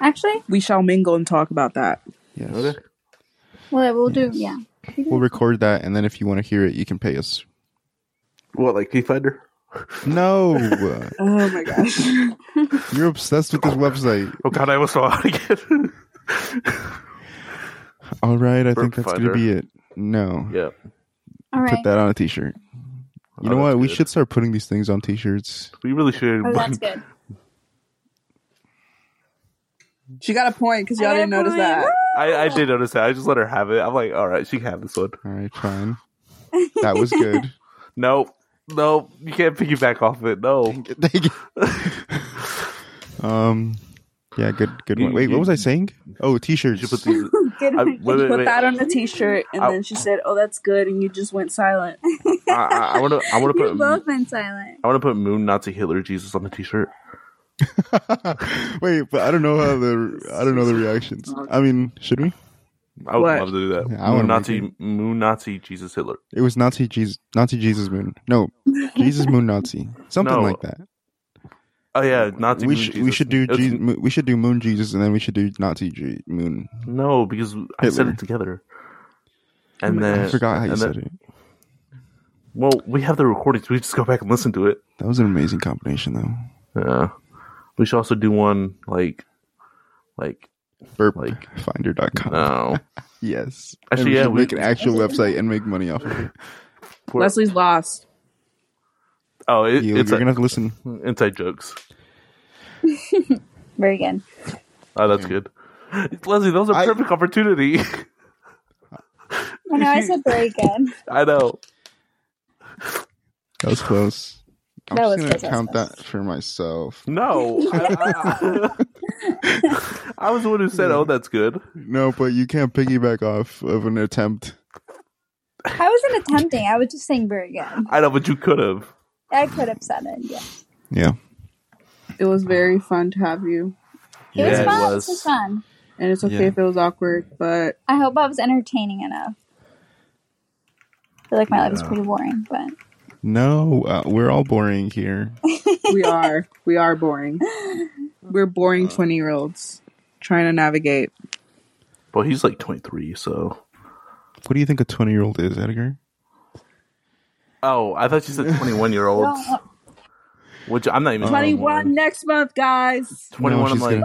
D: Actually,
C: We shall mingle and talk about that.
B: Yes.
A: Okay.
D: well, we'll do.
B: Yes.
D: Yeah.
B: We'll record that, and then if you want to hear it, you can pay us.
A: What like Key Finder?
B: No,
C: Oh my gosh.
B: you're obsessed with this website.
A: Oh God, I almost saw it again.
B: All right, I
A: Burp
B: think that's
A: Finder.
B: gonna be it. No,
A: yeah,
D: All right.
B: put that on a t-shirt. You know
A: Oh,
B: what?
A: that's
B: We
A: good.
B: should start putting these things on t-shirts.
A: We really should.
D: Oh, that's good.
C: she got a point because y'all
D: I got
C: didn't
D: a
C: notice
D: point.
C: that.
A: I, I did notice that. I just let her have it. I'm like, all right, she can have this one.
B: All right, fine. That was good.
A: No, no, you can't piggyback off it. No,
B: Thank you. Thank you. Um, yeah, good, good
A: You-
B: one. Wait,
A: you-
B: what was I saying? Oh,
A: you
B: t-shirts.
A: should put these.
D: Good.
A: I, wait,
D: one.
A: wait,
C: put
A: wait.
C: that on a t-shirt and
A: I-
C: then she said, "Oh, that's good," and you just went silent.
A: I, I, I want to. I want to
D: You
A: put.
D: both went silent.
A: I want to put Moon Nazi Hitler Jesus on the T-shirt.
B: Wait, but I don't know how the I don't know the reactions. I mean, should we?
A: I would
C: What?
A: love to do that.
B: Yeah, I
A: Moon
B: wanna make
A: Nazi, Moon Nazi Jesus Hitler.
B: It was Nazi Jesus, Nazi Jesus Moon. No, Jesus Moon Nazi, something
A: No.
B: like that.
A: Oh yeah, Nazi.
B: we
A: Moon
B: should we
A: Jesus.
B: should do
A: It's-
B: Je- Mo- we should do Moon Jesus, and then we should do Nazi G- Moon.
A: No, because I said
B: Hitler.
A: it together. And
B: I
A: then
B: forgot how you
A: and then-
B: said it.
A: Well, we have the recordings. We just go back and listen to it.
B: That was an amazing combination, though.
A: Yeah. We should also do one like, like Like-
B: Burpfinder.com.
A: no.
B: Yes.
A: Actually,
B: and we
A: yeah,
B: should
A: we-
B: make an actual website and make money off of it.
A: We're-
C: Leslie's lost.
A: oh, it,
B: You, are
A: it's
B: gonna have to listen.
A: inside jokes.
D: Very good.
A: Oh, that's good. Leslie, that was a
B: I-
A: perfect opportunity.
D: I know. I said very good.
A: I know.
B: That was close. I'm
D: That
B: just gonna
D: was close, that was
B: count
D: close.
B: that for myself.
A: No, I, I- I was the one who said, "Oh, that's good."
B: No, but you can't piggyback off of an attempt.
D: I wasn't attempting. I was just saying very good.
A: I know, but you could have.
D: I could have said it. Yeah.
B: Yeah.
C: It was very fun to have you,
D: It
A: Yeah,
D: was
A: it
D: fun. It
A: was.
D: was fun.
C: and it's okay
B: Yeah.
C: if it was awkward, but
D: I hope I was entertaining enough. I feel like my life is
A: Yeah.
D: pretty boring, but
B: No, uh, we're all boring here.
C: we are we are boring. We're
B: Uh.
C: boring twenty year olds trying to navigate.
A: Well, he's like 23, so.
B: What do you think a twenty-year-old is, Edgar?
A: Oh, I thought you said 21 year olds.
D: Well,
A: Which I'm not even.
B: Oh,
C: Twenty one
B: man.
C: next month, guys.
A: Twenty one.
B: No,
A: I'm
B: she's
A: like
B: gonna-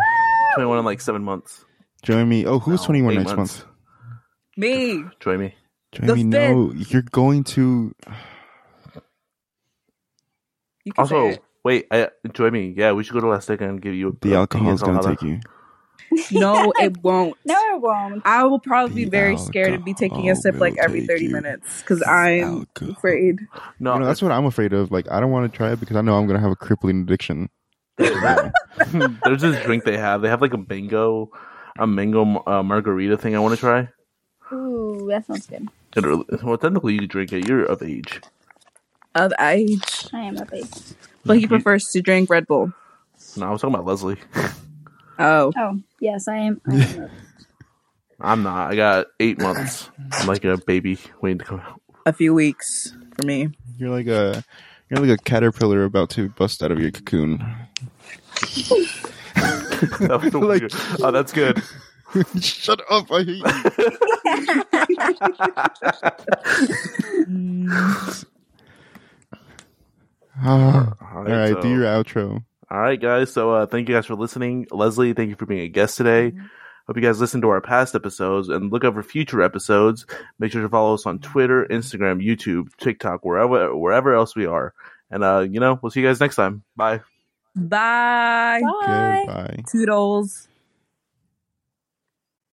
A: twenty one. I'm like seven months.
B: Join me. Oh, who's
A: No,
B: 21
A: eight
B: next
A: months.
B: month?
C: Me.
A: Join me.
B: Join
C: The
B: me. No, you're going to.
C: You can
A: Also,
C: say it.
A: wait. I, join me. Yeah, we should go to La Seca and give you
B: The alcohol's going to take you.
C: No, it won't.
D: No, it won't.
C: I will probably
B: The
C: be very scared and be taking a
B: alcohol
C: sip like
B: will
C: every
B: Oh, take
C: 30
B: you.
C: minutes because I'm
B: Alcohol.
C: afraid.
A: No,
B: You know, that's what I'm afraid of. Like, I don't want to try it because I know I'm going to have a crippling addiction. That's
A: There's this drink they have. They have like a mango, a mango uh, margarita thing. I want to try.
D: Ooh, that sounds good.
A: It really- Well, technically, you can drink it. You're of age.
C: Of age.
D: I am a base.
C: But
B: Mm-hmm.
C: he
A: You-
C: prefers to drink Red Bull.
A: No, I was talking about Leslie.
C: Oh.
D: Oh, yes, I am. I am a-
A: I'm not. I got eight months. I'm like a baby waiting to come out.
C: A few weeks for me.
B: you're like a. You're like a caterpillar about to bust out of your cocoon.
A: That was so
B: Like-
A: weird. Oh, that's good.
B: Shut up! I hate you.
C: Mm.
B: Ah.
A: All
B: all
A: right,
B: right,
A: so-
B: do your outro.
A: All right, guys. So uh, thank you guys for listening. Leslie, thank you for being a guest today. Hope you guys listen to our past episodes and look out for future episodes. Make sure to follow us on Twitter, Instagram, YouTube, TikTok, wherever wherever else we are. And uh, you know, we'll see you guys next time. Bye.
C: Bye.
D: Bye.
B: Goodbye.
C: Toodles.